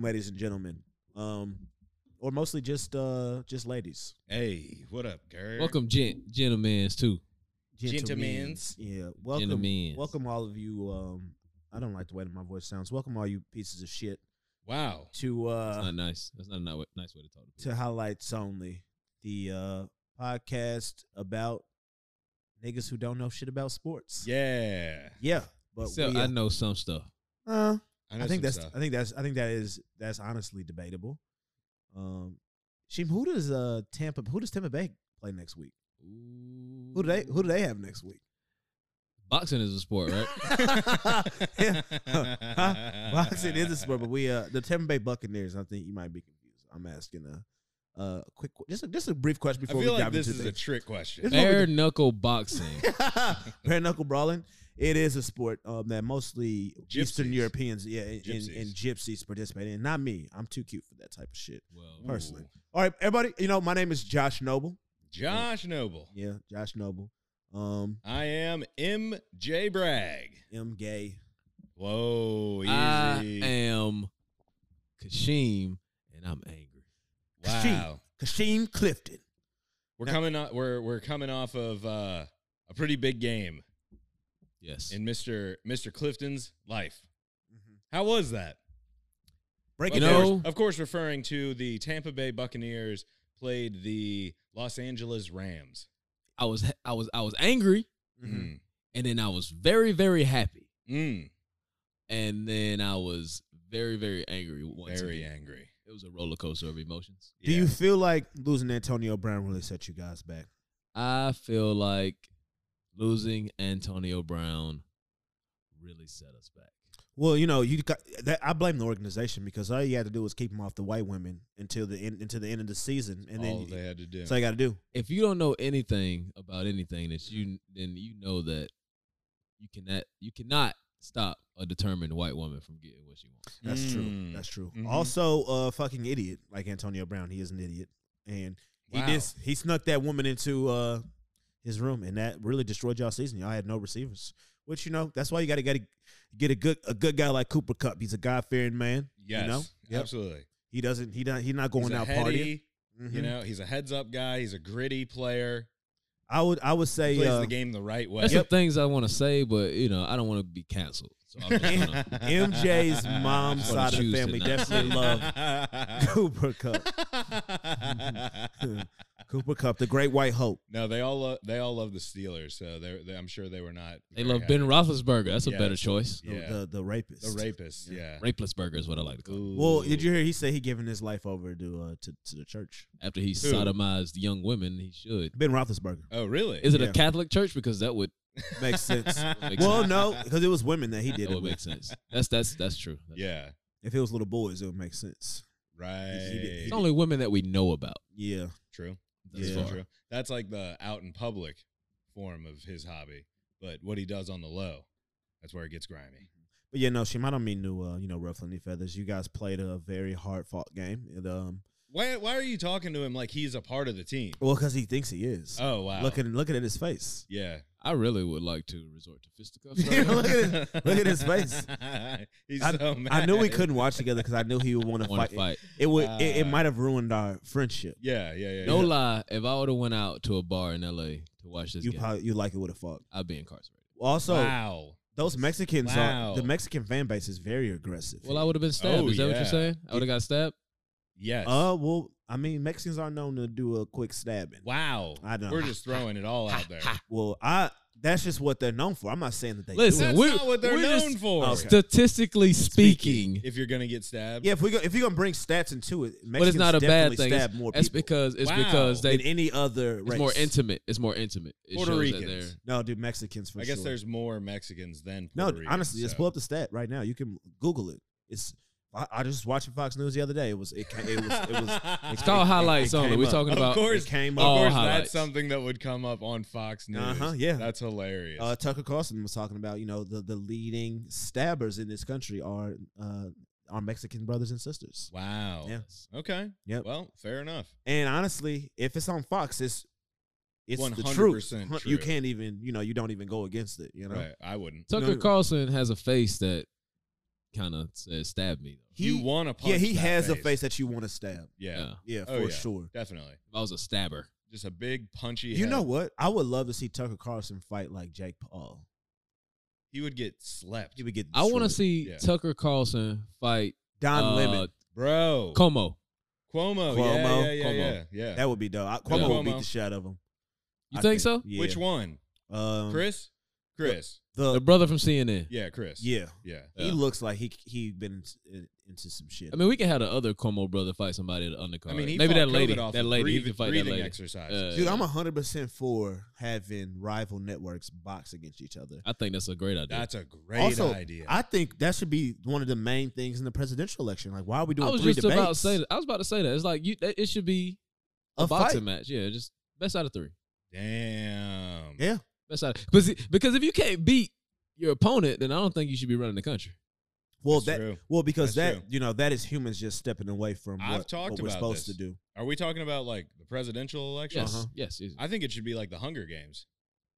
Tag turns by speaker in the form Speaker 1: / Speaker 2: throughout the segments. Speaker 1: ladies and gentlemen. Um, or mostly just uh just ladies.
Speaker 2: Hey, what up, girl?
Speaker 3: Welcome, gent gentlemen's too.
Speaker 2: Gentlemens.
Speaker 1: Yeah. Welcome.
Speaker 3: Gentlemens.
Speaker 1: Welcome all of you. Um, I don't like the way that my voice sounds. Welcome all you pieces of shit
Speaker 2: Wow.
Speaker 1: to
Speaker 3: That's
Speaker 1: uh
Speaker 3: not nice. That's not a ni- nice way to talk to people.
Speaker 1: to highlights only the uh podcast about niggas who don't know shit about sports.
Speaker 2: Yeah.
Speaker 1: Yeah. But
Speaker 3: Except
Speaker 1: we,
Speaker 3: I know some stuff.
Speaker 1: uh, uh,
Speaker 2: know
Speaker 1: I think
Speaker 2: some
Speaker 1: that's
Speaker 2: stuff.
Speaker 1: I think that's I think that is that's honestly debatable. Um, Sheem, who does uh Tampa who does Tampa Bay play next week? Who do they who do they have next week?
Speaker 3: Boxing is a sport, right?
Speaker 1: Yeah. Huh? Boxing is a sport, but we uh the Tampa Bay Buccaneers. I think you might be confused. I'm asking a uh quick qu- just a, just a brief question
Speaker 2: I
Speaker 1: before
Speaker 2: feel
Speaker 1: we
Speaker 2: like
Speaker 1: dive
Speaker 2: this
Speaker 1: into
Speaker 2: is a
Speaker 1: the
Speaker 2: trick question.
Speaker 1: This is what we
Speaker 3: Bare knuckle boxing.
Speaker 1: bare knuckle brawling. It is a sport um, that mostly Eastern
Speaker 2: Gypsies.
Speaker 1: Europeans, yeah, and, and,
Speaker 2: Gypsies.
Speaker 1: and gypsies participate in. Not me. I'm too cute for that type of shit.
Speaker 3: Well,
Speaker 1: Personally.
Speaker 2: Ooh.
Speaker 1: All right, everybody. You know, my name is Josh Noble.
Speaker 2: Josh Noble.
Speaker 1: Yeah, Josh Noble. Um,
Speaker 2: I am MJ Bragg.
Speaker 1: M. Gay.
Speaker 2: Whoa, easy.
Speaker 3: I am Kashim, and I'm angry.
Speaker 2: wow.
Speaker 1: Kasheem Clifton.
Speaker 2: We're
Speaker 1: Now-
Speaker 2: coming off we're we're coming off of uh, a pretty big game
Speaker 3: Yes,
Speaker 2: in Mr. Mr. Clifton's life. How was that?
Speaker 1: Break
Speaker 2: Of
Speaker 1: it
Speaker 3: You
Speaker 1: down.
Speaker 3: know-
Speaker 2: course, of course, referring to the Tampa Bay Buccaneers played the Los Angeles Rams.
Speaker 3: I was I was I was angry,
Speaker 1: Mhm.
Speaker 2: Mm.
Speaker 3: and then I was very very happy,
Speaker 2: Mm.
Speaker 3: and then I was very very angry. Once
Speaker 2: Very
Speaker 3: again.
Speaker 2: angry.
Speaker 3: It was a roller coaster of emotions.
Speaker 1: Do you
Speaker 2: Yeah.
Speaker 1: feel like losing Antonio Brown really set you guys back?
Speaker 3: I feel like losing Antonio Brown really set us back.
Speaker 1: Well, you know, you got that, I blame the organization because all you had to do was keep him off the white women until the end until the end of the season, and
Speaker 2: all
Speaker 1: then
Speaker 2: they had to do?
Speaker 1: that's all you got to do.
Speaker 3: If you don't know anything about anything that you then you know that you cannot you cannot stop a determined white woman from getting what she wants.
Speaker 1: That's true.
Speaker 2: Mm.
Speaker 1: That's true.
Speaker 2: Mhm.
Speaker 1: Also, a fucking idiot like Antonio Brown. He is an idiot, and he
Speaker 2: Wow.
Speaker 1: dis he snuck that woman into uh, his room, and that really destroyed y'all season. Y'all had no receivers, which you know that's why you got to got to get a good a good guy like Cooper Cup. He's a God fearing man.
Speaker 2: Yes,
Speaker 1: You know, Yep.
Speaker 2: absolutely.
Speaker 1: he doesn't he not he not going
Speaker 2: he's a
Speaker 1: out partying.
Speaker 2: heady, You
Speaker 1: Mhm.
Speaker 2: know, he's a heads up guy. He's a gritty player.
Speaker 1: I would I would
Speaker 2: He
Speaker 1: say
Speaker 2: plays
Speaker 1: uh,
Speaker 2: the game the right way.
Speaker 3: That's some things I want to say, but you know I don't want to be canceled. So I'm just gonna,
Speaker 1: MJ's mom's
Speaker 3: That's what I
Speaker 1: side of the
Speaker 3: choose
Speaker 1: family
Speaker 3: tonight.
Speaker 1: definitely love Cooper Cup. Cooper Cup, the Great White Hope.
Speaker 2: no, they all lo- they all love the Steelers, so they're, they, I'm sure they were not.
Speaker 3: they
Speaker 2: very
Speaker 3: love Ben
Speaker 2: happy.
Speaker 3: Roethlisberger. That's a
Speaker 2: Yes.
Speaker 3: better choice.
Speaker 1: The,
Speaker 2: Yeah,
Speaker 1: the, the rapist.
Speaker 2: the, rapist. Yeah.
Speaker 3: Rapelessberger is what I like to call. Him.
Speaker 1: Well, did you hear he said he giving his life over to uh, to, to the church?
Speaker 3: After he sodomized young women, he should.
Speaker 1: Ben Roethlisberger
Speaker 2: Oh, really?
Speaker 3: Is it
Speaker 1: Yeah.
Speaker 3: a Catholic church? Because that would
Speaker 1: makes sense.
Speaker 3: Makes
Speaker 1: well, no, because it was women that he did
Speaker 3: that
Speaker 1: it
Speaker 3: would
Speaker 1: with.
Speaker 3: make sense. Oh, That's that's that's true. That's
Speaker 2: Yeah.
Speaker 1: If it was little boys, it would make sense.
Speaker 2: Right.
Speaker 3: It's only women that we know about.
Speaker 1: Yeah,
Speaker 2: True.
Speaker 3: Thus
Speaker 1: Yeah.
Speaker 3: far.
Speaker 2: True. That's like the out in public form of his hobby, but what he does on the low, that's where it gets grimy.
Speaker 1: but yeah, no, Shim, I don't mean to uh, you know ruffle any feathers. You guys played a very hard fought game, and um,
Speaker 2: Why? Why are you talking to him like he's a part of the team?
Speaker 1: well, because he thinks he is.
Speaker 2: Oh wow.
Speaker 1: Looking looking at his face.
Speaker 2: Yeah.
Speaker 3: I really would like to resort to fisticuffs.
Speaker 1: Yeah,
Speaker 3: right now.
Speaker 1: look at his- look at his face.
Speaker 2: he's
Speaker 1: I-
Speaker 2: so mad.
Speaker 1: I knew we couldn't watch together because I knew he would want to
Speaker 3: Wanna
Speaker 1: fight. It would. it, it
Speaker 2: Uh,
Speaker 1: might have ruined our friendship.
Speaker 2: Yeah. Yeah. Yeah.
Speaker 3: No
Speaker 2: yeah.
Speaker 3: lie, if I would have went out to a bar in L.A. to watch this
Speaker 1: You
Speaker 3: game,
Speaker 1: probably you like it would have fucked.
Speaker 3: I'd be incarcerated.
Speaker 1: Also,
Speaker 2: wow.
Speaker 1: those Mexicans
Speaker 2: Wow.
Speaker 1: are the Mexican fan base is very aggressive.
Speaker 3: Well, I would have been stabbed.
Speaker 2: Oh,
Speaker 3: Is that what
Speaker 2: yeah.
Speaker 3: you're saying? I would have got stabbed.
Speaker 2: Yes.
Speaker 1: uh, well, I mean, Mexicans are known to do a quick stabbing.
Speaker 2: wow.
Speaker 1: I know.
Speaker 2: We're just throwing it all out there.
Speaker 1: Well, I that's just what they're known for. I'm not saying that they
Speaker 3: Listen,
Speaker 1: Do it.
Speaker 2: That's
Speaker 3: we're-
Speaker 2: not what they're
Speaker 3: we're
Speaker 2: known
Speaker 3: just-
Speaker 2: for.
Speaker 1: Okay.
Speaker 3: Statistically speaking,
Speaker 2: If you're gonna get stabbed.
Speaker 1: Yeah, if we go, if you're gonna bring stats into it, Mexicans
Speaker 3: but it's not a bad
Speaker 1: definitely
Speaker 3: thing.
Speaker 1: Stab
Speaker 3: It's,
Speaker 1: more
Speaker 3: it's
Speaker 1: people
Speaker 3: because it's
Speaker 2: Wow.
Speaker 3: because they
Speaker 1: than any other race.
Speaker 3: it's more intimate. It's more intimate. It
Speaker 2: Puerto
Speaker 3: shows that
Speaker 2: Ricans.
Speaker 3: they're-
Speaker 1: No, dude, Mexicans for
Speaker 2: I
Speaker 1: sure.
Speaker 2: guess there's more Mexicans than
Speaker 1: no.
Speaker 2: Puerto Ricans,
Speaker 1: honestly, just
Speaker 2: so-
Speaker 1: pull up the stat right now. You can Google it. It's I, I was just watching Fox News the other day. It was it ca- it was it was.
Speaker 3: It's called highlights
Speaker 1: It
Speaker 3: only.
Speaker 1: came
Speaker 3: We're
Speaker 1: up.
Speaker 3: talking
Speaker 2: Of
Speaker 3: about
Speaker 2: course,
Speaker 1: It came
Speaker 2: of
Speaker 3: all
Speaker 1: up.
Speaker 2: course, that's
Speaker 3: highlights.
Speaker 2: something that would come up on Fox News.
Speaker 1: Uh-huh, yeah.
Speaker 2: that's hilarious.
Speaker 1: Uh, Tucker Carlson was talking about you know the the leading stabbers in this country are uh, our Mexican brothers and sisters.
Speaker 2: wow.
Speaker 1: Yeah.
Speaker 2: Okay.
Speaker 1: Yep.
Speaker 2: Well, fair enough.
Speaker 1: And honestly, if it's on Fox, it's it's the truth.
Speaker 2: 100%
Speaker 1: Hun- You
Speaker 2: true.
Speaker 1: can't even you know you don't even go against it. You know.
Speaker 2: Right. I wouldn't.
Speaker 1: No,
Speaker 3: Tucker
Speaker 1: no.
Speaker 3: Carlson has a face that kind of says stab me. Though.
Speaker 2: you
Speaker 1: He-
Speaker 2: want to punch?
Speaker 1: yeah, he
Speaker 2: that
Speaker 1: has
Speaker 2: face.
Speaker 1: a face that you want to stab.
Speaker 2: Yeah,
Speaker 3: Yeah.
Speaker 1: Yeah, for
Speaker 2: Oh, yeah.
Speaker 1: sure.
Speaker 2: definitely.
Speaker 3: If I was a stabber,
Speaker 2: Just a big punchy.
Speaker 1: You
Speaker 2: head.
Speaker 1: know what? I would love to see Tucker Carlson fight like Jake Paul.
Speaker 2: He would get slept,
Speaker 1: He would get.
Speaker 3: I want to
Speaker 1: destroyed.
Speaker 3: see
Speaker 2: Yeah.
Speaker 3: Tucker Carlson fight
Speaker 1: Don
Speaker 3: uh,
Speaker 1: Lemon.
Speaker 2: bro.
Speaker 3: Como.
Speaker 2: Cuomo.
Speaker 1: Cuomo.
Speaker 2: Yeah, yeah, yeah,
Speaker 3: Cuomo.
Speaker 2: yeah. yeah.
Speaker 1: That would be dope. I, Cuomo
Speaker 2: Yeah.
Speaker 1: would beat
Speaker 2: Cuomo.
Speaker 1: the shit out of him.
Speaker 3: You
Speaker 1: I
Speaker 3: think so?
Speaker 1: Yeah.
Speaker 2: Which one?
Speaker 1: Um,
Speaker 2: Chris. Chris.
Speaker 1: The,
Speaker 3: The brother from CNN.
Speaker 2: Yeah, Chris.
Speaker 1: yeah.
Speaker 2: yeah.
Speaker 1: He
Speaker 3: Yeah.
Speaker 1: looks like he he been uh, into some shit.
Speaker 3: I mean, we can have the other Como brother fight somebody at the undercard.
Speaker 2: I mean, he
Speaker 3: Oh, maybe
Speaker 2: fought
Speaker 3: that lady,
Speaker 2: COVID off
Speaker 3: that
Speaker 2: of
Speaker 3: lady, he
Speaker 2: breathing,
Speaker 3: can fight that
Speaker 2: breathing
Speaker 3: lady.
Speaker 2: exercises.
Speaker 3: Uh,
Speaker 1: dude, I'm hundred percent for having rival networks box against each other.
Speaker 3: I think that's a great idea.
Speaker 2: That's a great
Speaker 1: Also,
Speaker 2: idea.
Speaker 1: I think that should be one of the main things in the presidential election. Like, why are we doing
Speaker 3: I was
Speaker 1: three
Speaker 3: just
Speaker 1: debates?
Speaker 3: about to say that. I was about to say that. It's like you, that, it should be a,
Speaker 1: A
Speaker 3: boxing
Speaker 1: fight.
Speaker 3: match. Yeah, just best out of three.
Speaker 2: Damn.
Speaker 1: Yeah.
Speaker 3: Best out of, because because if you can't beat your opponent, then I don't think you should be running the country.
Speaker 1: Well,
Speaker 2: That's
Speaker 1: that
Speaker 2: true.
Speaker 1: well because
Speaker 2: That's
Speaker 1: that
Speaker 2: true.
Speaker 1: you know that is humans just stepping away from
Speaker 2: I've
Speaker 1: what,
Speaker 2: talked
Speaker 1: what we're
Speaker 2: about
Speaker 1: supposed
Speaker 2: this.
Speaker 1: to do.
Speaker 2: Are we talking about like the presidential election?
Speaker 3: Yes,
Speaker 1: Uh-huh.
Speaker 3: yes, yes.
Speaker 2: I think it should be like the Hunger Games.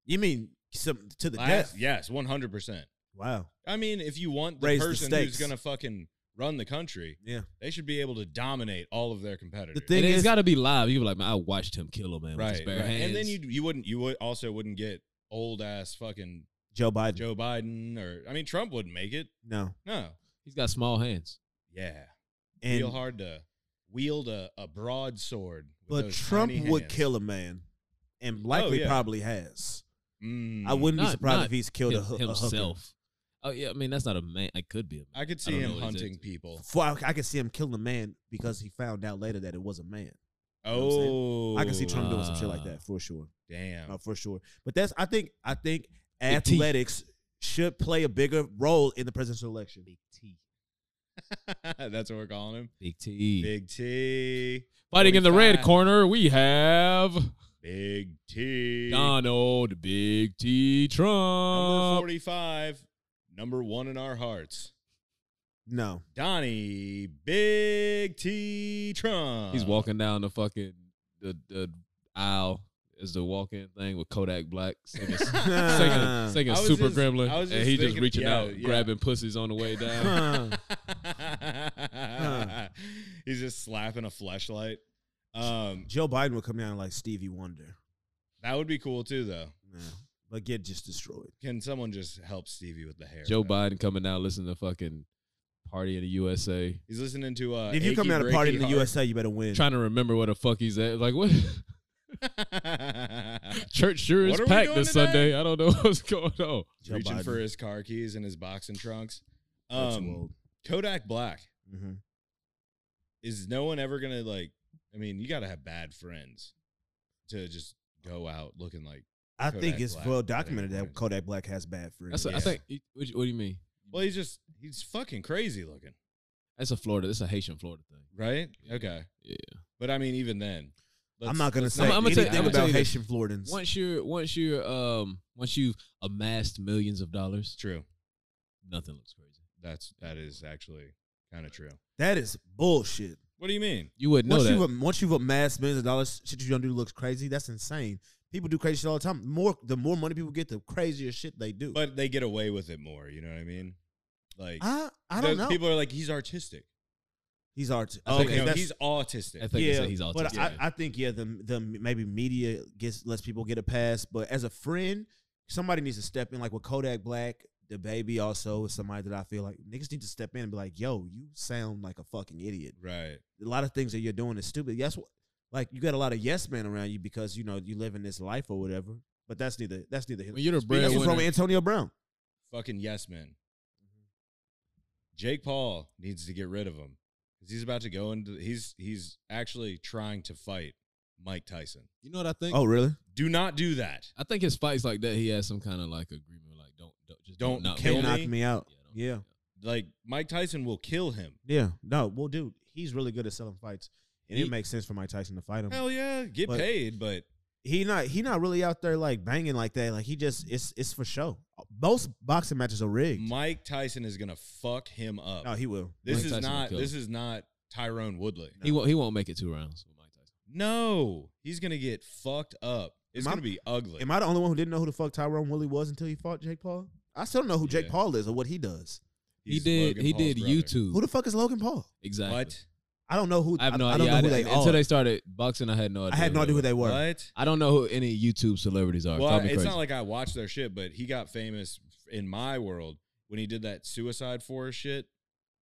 Speaker 1: You mean some to the
Speaker 2: Last-
Speaker 1: death?
Speaker 2: Yes, one hundred percent.
Speaker 1: Wow.
Speaker 2: I mean, if you want the
Speaker 1: Raise the
Speaker 2: person
Speaker 1: stakes.
Speaker 2: who's gonna fucking run the country,
Speaker 1: Yeah.
Speaker 2: they should be able to dominate all of their competitors.
Speaker 1: The thing
Speaker 3: and
Speaker 1: is,
Speaker 3: it's got to be live. You're like, man, I watched him kill a man with his
Speaker 2: right,
Speaker 3: bare
Speaker 2: right.
Speaker 3: hands.
Speaker 2: and then you you wouldn't you would also wouldn't get old ass fucking
Speaker 1: Joe Biden.
Speaker 2: Joe Biden or I mean Trump wouldn't make it.
Speaker 1: No.
Speaker 2: No,
Speaker 3: he's got small hands.
Speaker 2: yeah,
Speaker 1: And
Speaker 2: real hard to wield a, a broadsword. with
Speaker 1: but
Speaker 2: those
Speaker 1: Trump
Speaker 2: tiny
Speaker 1: would
Speaker 2: hands.
Speaker 1: kill a man, and likely
Speaker 2: yeah.
Speaker 1: probably has.
Speaker 2: Mm.
Speaker 1: I wouldn't
Speaker 3: Not-
Speaker 1: be surprised
Speaker 3: not
Speaker 1: if he's killed a,
Speaker 3: Him-
Speaker 1: hoo- a hooker.
Speaker 3: himself. Oh yeah, I mean that's not a man. It could be a man.
Speaker 2: I could
Speaker 3: I
Speaker 2: see
Speaker 3: don't
Speaker 2: him
Speaker 3: know what he's
Speaker 2: hunting
Speaker 3: into.
Speaker 2: people.
Speaker 1: For- I, I could see him killing a man because he found out later that it was a man. know what I'm
Speaker 2: Oh,
Speaker 1: I can see Trump doing some shit like
Speaker 3: Ah.
Speaker 1: that for sure.
Speaker 2: Damn.
Speaker 1: No, for sure. But that's I think I think
Speaker 3: Big T.
Speaker 1: athletics should play a bigger role in the presidential election.
Speaker 3: Big T,
Speaker 2: That's what we're calling him.
Speaker 3: Big T,
Speaker 2: Big T.
Speaker 3: fighting in the red
Speaker 2: 45.
Speaker 3: corner. We have
Speaker 2: Big T.
Speaker 3: Donald Big T
Speaker 2: Number
Speaker 3: Trump.
Speaker 2: 45. Number one in our hearts.
Speaker 1: No.
Speaker 2: Donnie Big T Trump.
Speaker 3: He's walking down the fucking the the aisle is the walk in thing with Kodak Black singing singing, singing
Speaker 2: I was
Speaker 3: Super
Speaker 2: just-
Speaker 3: Gremlin,
Speaker 2: I was
Speaker 3: and
Speaker 2: just
Speaker 3: he just
Speaker 2: thinking-
Speaker 3: reaching
Speaker 2: yeah,
Speaker 3: out,
Speaker 2: yeah.
Speaker 3: grabbing pussies on the way down.
Speaker 1: Huh.
Speaker 2: He's just slapping a flashlight. Um,
Speaker 1: Joe Biden would come down like Stevie Wonder.
Speaker 2: that would be cool too, though.
Speaker 1: No. But get just destroyed.
Speaker 2: Can someone just help Stevie with the hair?
Speaker 3: Joe
Speaker 2: though?
Speaker 3: Biden coming out, listening to fucking Party in the USA,
Speaker 2: He's listening to. Uh,
Speaker 1: if you come
Speaker 2: Achy
Speaker 1: down to party
Speaker 2: Breaky
Speaker 1: in the
Speaker 2: Heart.
Speaker 1: USA, you better win.
Speaker 3: trying to remember where the fuck he's at. Like what? Church sure is
Speaker 2: What are we
Speaker 3: packed
Speaker 2: doing
Speaker 3: this
Speaker 2: today?
Speaker 3: Sunday. I don't know what's going on.
Speaker 1: Joe
Speaker 2: reaching
Speaker 1: Biden.
Speaker 2: for his car keys and his boxing trunks.
Speaker 1: That's too
Speaker 2: Um,
Speaker 1: old.
Speaker 2: Kodak Black
Speaker 3: mm-hmm.
Speaker 1: Mhm.
Speaker 2: is no one ever gonna like? I mean, you gotta have bad friends to just go out looking like.
Speaker 1: I think
Speaker 2: Kodak
Speaker 1: it's
Speaker 2: Black.
Speaker 1: well documented
Speaker 2: Kodak
Speaker 1: that Kodak Black has bad friends.
Speaker 3: That's a, I
Speaker 2: Yeah.
Speaker 3: think. you- What, you- what do you mean?
Speaker 2: Well, he's just he's fucking crazy looking,
Speaker 3: That's a Florida. That's a Haitian Florida thing.
Speaker 2: right?
Speaker 3: Yeah.
Speaker 2: Okay,
Speaker 3: Yeah.
Speaker 2: but I mean, even then,
Speaker 1: I'm not gonna
Speaker 2: let's
Speaker 1: say
Speaker 3: I'm- I'm gonna tell you-
Speaker 1: anything
Speaker 3: I'm gonna tell
Speaker 1: about
Speaker 3: you this.
Speaker 1: Haitian Floridans.
Speaker 3: Once you're once you're um once you've amassed millions of dollars,
Speaker 2: It's true.
Speaker 3: nothing looks crazy.
Speaker 2: That's that is actually kind of true.
Speaker 1: That is bullshit.
Speaker 2: What do you mean?
Speaker 3: You wouldn't know
Speaker 1: Once
Speaker 3: that.
Speaker 1: you've am- once you've amassed millions of dollars, shit you don't do looks crazy. That's insane. People do crazy shit all the time. More the more money people get, the crazier shit they do.
Speaker 2: But they get away with it more. You know what I mean? Like
Speaker 1: I I don't
Speaker 2: those
Speaker 1: know.
Speaker 2: People are like he's artistic.
Speaker 1: he's art.
Speaker 3: I
Speaker 2: Okay,
Speaker 3: think-
Speaker 1: Okay,
Speaker 2: no,
Speaker 1: that's,
Speaker 2: he's autistic.
Speaker 3: I think they say he's autistic.
Speaker 1: But I, I think yeah, the the maybe media gets lets people get a pass. But as a friend, somebody needs to step in. Like with Kodak Black, the baby also is somebody that I feel like niggas need to step in and be like, "Yo, you sound like a fucking idiot.
Speaker 2: right.
Speaker 1: A lot of things that you're doing is stupid." That's what, like you got a lot of yes men around you because you know you live in this life or whatever. But that's neither that's neither.
Speaker 3: when you're the
Speaker 1: That's from
Speaker 3: breadwinner,
Speaker 1: Antonio Brown.
Speaker 2: fucking yes men.
Speaker 1: Mm-hmm.
Speaker 2: Jake Paul needs to get rid of him because he's about to go into he's he's actually trying to fight Mike Tyson.
Speaker 3: you know what I think?
Speaker 1: Oh, really?
Speaker 2: Do not do that.
Speaker 3: I think his fights like that, he has some kind of like agreement, like don't, don't just
Speaker 2: Don't
Speaker 3: knock
Speaker 2: kill
Speaker 1: They
Speaker 3: me.
Speaker 2: me.
Speaker 1: knocked me out.
Speaker 3: don't-
Speaker 1: Yeah.
Speaker 2: Like Mike Tyson will kill him.
Speaker 1: Yeah. No, well, dude, he's really good at selling fights, and
Speaker 2: He-
Speaker 1: it makes sense for Mike Tyson to fight him.
Speaker 2: Hell yeah, get
Speaker 1: Um, But-
Speaker 2: paid. But
Speaker 1: he not he not really out there like banging like that. Like he just it's it's for show. Most boxing matches are rigged.
Speaker 2: Mike Tyson is gonna fuck him up.
Speaker 1: no, he will.
Speaker 2: this
Speaker 3: Mike
Speaker 2: is
Speaker 3: Tyson will
Speaker 2: not
Speaker 3: kill
Speaker 2: this is not Tyrone Woodley.
Speaker 3: He won't. He won't make it two rounds with Mike Tyson.
Speaker 2: No, he's gonna get fucked up. It's
Speaker 1: Am I-
Speaker 2: gonna be ugly.
Speaker 1: Am I the only one who didn't know who the fuck Tyrone Woodley was until he fought Jake Paul? I still don't know who Jake
Speaker 2: Yeah.
Speaker 1: Paul is or what he does.
Speaker 3: He
Speaker 2: He's
Speaker 3: did.
Speaker 2: Logan
Speaker 3: he
Speaker 2: Paul's
Speaker 3: did
Speaker 2: brother.
Speaker 3: YouTube.
Speaker 1: Who the fuck is Logan Paul?
Speaker 3: exactly.
Speaker 2: What?
Speaker 1: I don't know who.
Speaker 3: I have no
Speaker 1: I,
Speaker 3: idea.
Speaker 1: don't know
Speaker 3: I
Speaker 1: who
Speaker 3: didn't-
Speaker 1: they are.
Speaker 3: until they started boxing, I had no idea.
Speaker 1: I had no idea who they were.
Speaker 2: What?
Speaker 3: I don't know who any YouTube celebrities are.
Speaker 2: Well,
Speaker 3: Call
Speaker 2: I-
Speaker 3: me
Speaker 2: it's
Speaker 3: crazy.
Speaker 2: not like I watch their shit, but he got famous in my world when he did that suicide forest shit.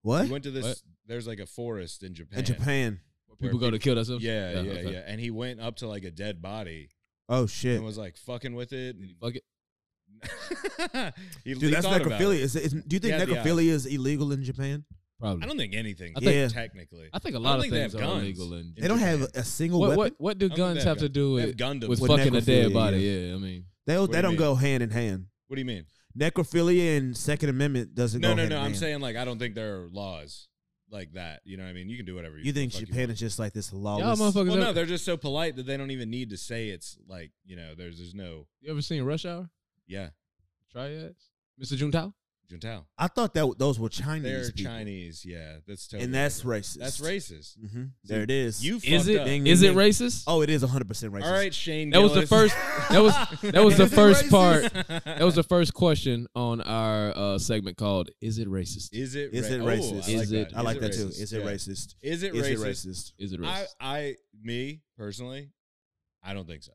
Speaker 1: What?
Speaker 2: He went to this.
Speaker 3: What?
Speaker 2: There's like a forest in Japan.
Speaker 1: In Japan.
Speaker 2: where
Speaker 3: people go to kill themselves.
Speaker 2: Yeah, yeah, yeah,
Speaker 3: okay.
Speaker 2: And he went up to like a dead body
Speaker 1: Oh shit.
Speaker 2: and was like fucking with it. And
Speaker 3: Fuck it.
Speaker 2: he,
Speaker 1: Dude, that's
Speaker 2: thought about it.
Speaker 1: necrophilia. Is, it- is, do you think
Speaker 2: Yeah, the
Speaker 1: necrophilia is illegal in Japan?
Speaker 3: Probably.
Speaker 2: I
Speaker 3: I,
Speaker 2: don't think anything.
Speaker 3: I
Speaker 1: think-
Speaker 2: yeah.
Speaker 1: Yeah.
Speaker 2: technically.
Speaker 3: think a
Speaker 2: I
Speaker 3: lot
Speaker 2: don't
Speaker 3: of
Speaker 2: think they
Speaker 3: things
Speaker 2: have
Speaker 3: are
Speaker 2: guns.
Speaker 3: illegal in.
Speaker 1: They don't have
Speaker 2: Japan.
Speaker 1: a single
Speaker 3: What,
Speaker 1: weapon.
Speaker 3: what what do
Speaker 2: I don't think
Speaker 3: guns
Speaker 2: they
Speaker 3: have to do
Speaker 2: They have
Speaker 3: with
Speaker 2: Gundams.
Speaker 3: with
Speaker 1: With
Speaker 3: fucking a dead
Speaker 1: necrophilia,
Speaker 3: body?
Speaker 1: yeah.
Speaker 3: Yeah, I mean,
Speaker 1: They
Speaker 2: What
Speaker 1: don't,
Speaker 2: do
Speaker 1: they
Speaker 2: you
Speaker 1: don't
Speaker 2: mean?
Speaker 1: go hand in hand.
Speaker 2: What do you mean?
Speaker 1: Necrophilia and Second Amendment doesn't
Speaker 2: No,
Speaker 1: go
Speaker 2: no,
Speaker 1: hand
Speaker 2: no.
Speaker 1: in
Speaker 2: I'm
Speaker 1: hand.
Speaker 2: saying like I don't think there are laws like that. You know what I mean? You can do whatever you
Speaker 1: you think
Speaker 2: the fuck
Speaker 1: Japan
Speaker 2: want.
Speaker 1: is just like this
Speaker 3: y'all
Speaker 1: lawless?
Speaker 3: motherfuckers.
Speaker 2: Well, no,
Speaker 3: ever,
Speaker 2: they're just so polite that they don't even need to say it's like you know. There's there's no
Speaker 3: you ever seen Rush Hour?
Speaker 2: yeah.
Speaker 3: Triads, Mr. Juntao.
Speaker 2: Juntao.
Speaker 1: I thought that those were Chinese.
Speaker 2: They're
Speaker 1: people.
Speaker 2: Chinese. Yeah, that's totally
Speaker 1: and that's
Speaker 2: different.
Speaker 1: racist.
Speaker 2: That's racist.
Speaker 1: hmm There it is.
Speaker 2: You
Speaker 3: Is
Speaker 2: fucked
Speaker 3: it?
Speaker 2: up.
Speaker 1: Ding,
Speaker 3: Is
Speaker 1: ding,
Speaker 3: it
Speaker 1: ding.
Speaker 3: racist?
Speaker 1: Oh, it is 100 percent racist.
Speaker 2: All right, Shane.
Speaker 3: That was the
Speaker 2: Gillis.
Speaker 3: first- that was- that was the
Speaker 1: Is it
Speaker 3: first
Speaker 1: racist?
Speaker 3: part.
Speaker 2: that
Speaker 3: That was the first question on our uh, segment called "Is it racist?"
Speaker 2: Is it?
Speaker 1: Is it
Speaker 2: ra-
Speaker 1: racist?
Speaker 2: Oh, I
Speaker 3: Is
Speaker 2: like
Speaker 3: it-
Speaker 2: that.
Speaker 1: I like that too.
Speaker 2: racist?
Speaker 1: Is it
Speaker 2: Yeah.
Speaker 1: racist?
Speaker 2: Is it
Speaker 1: Is it
Speaker 2: racist?
Speaker 1: racist?
Speaker 3: Is it racist?
Speaker 2: I, I, me personally, I don't think so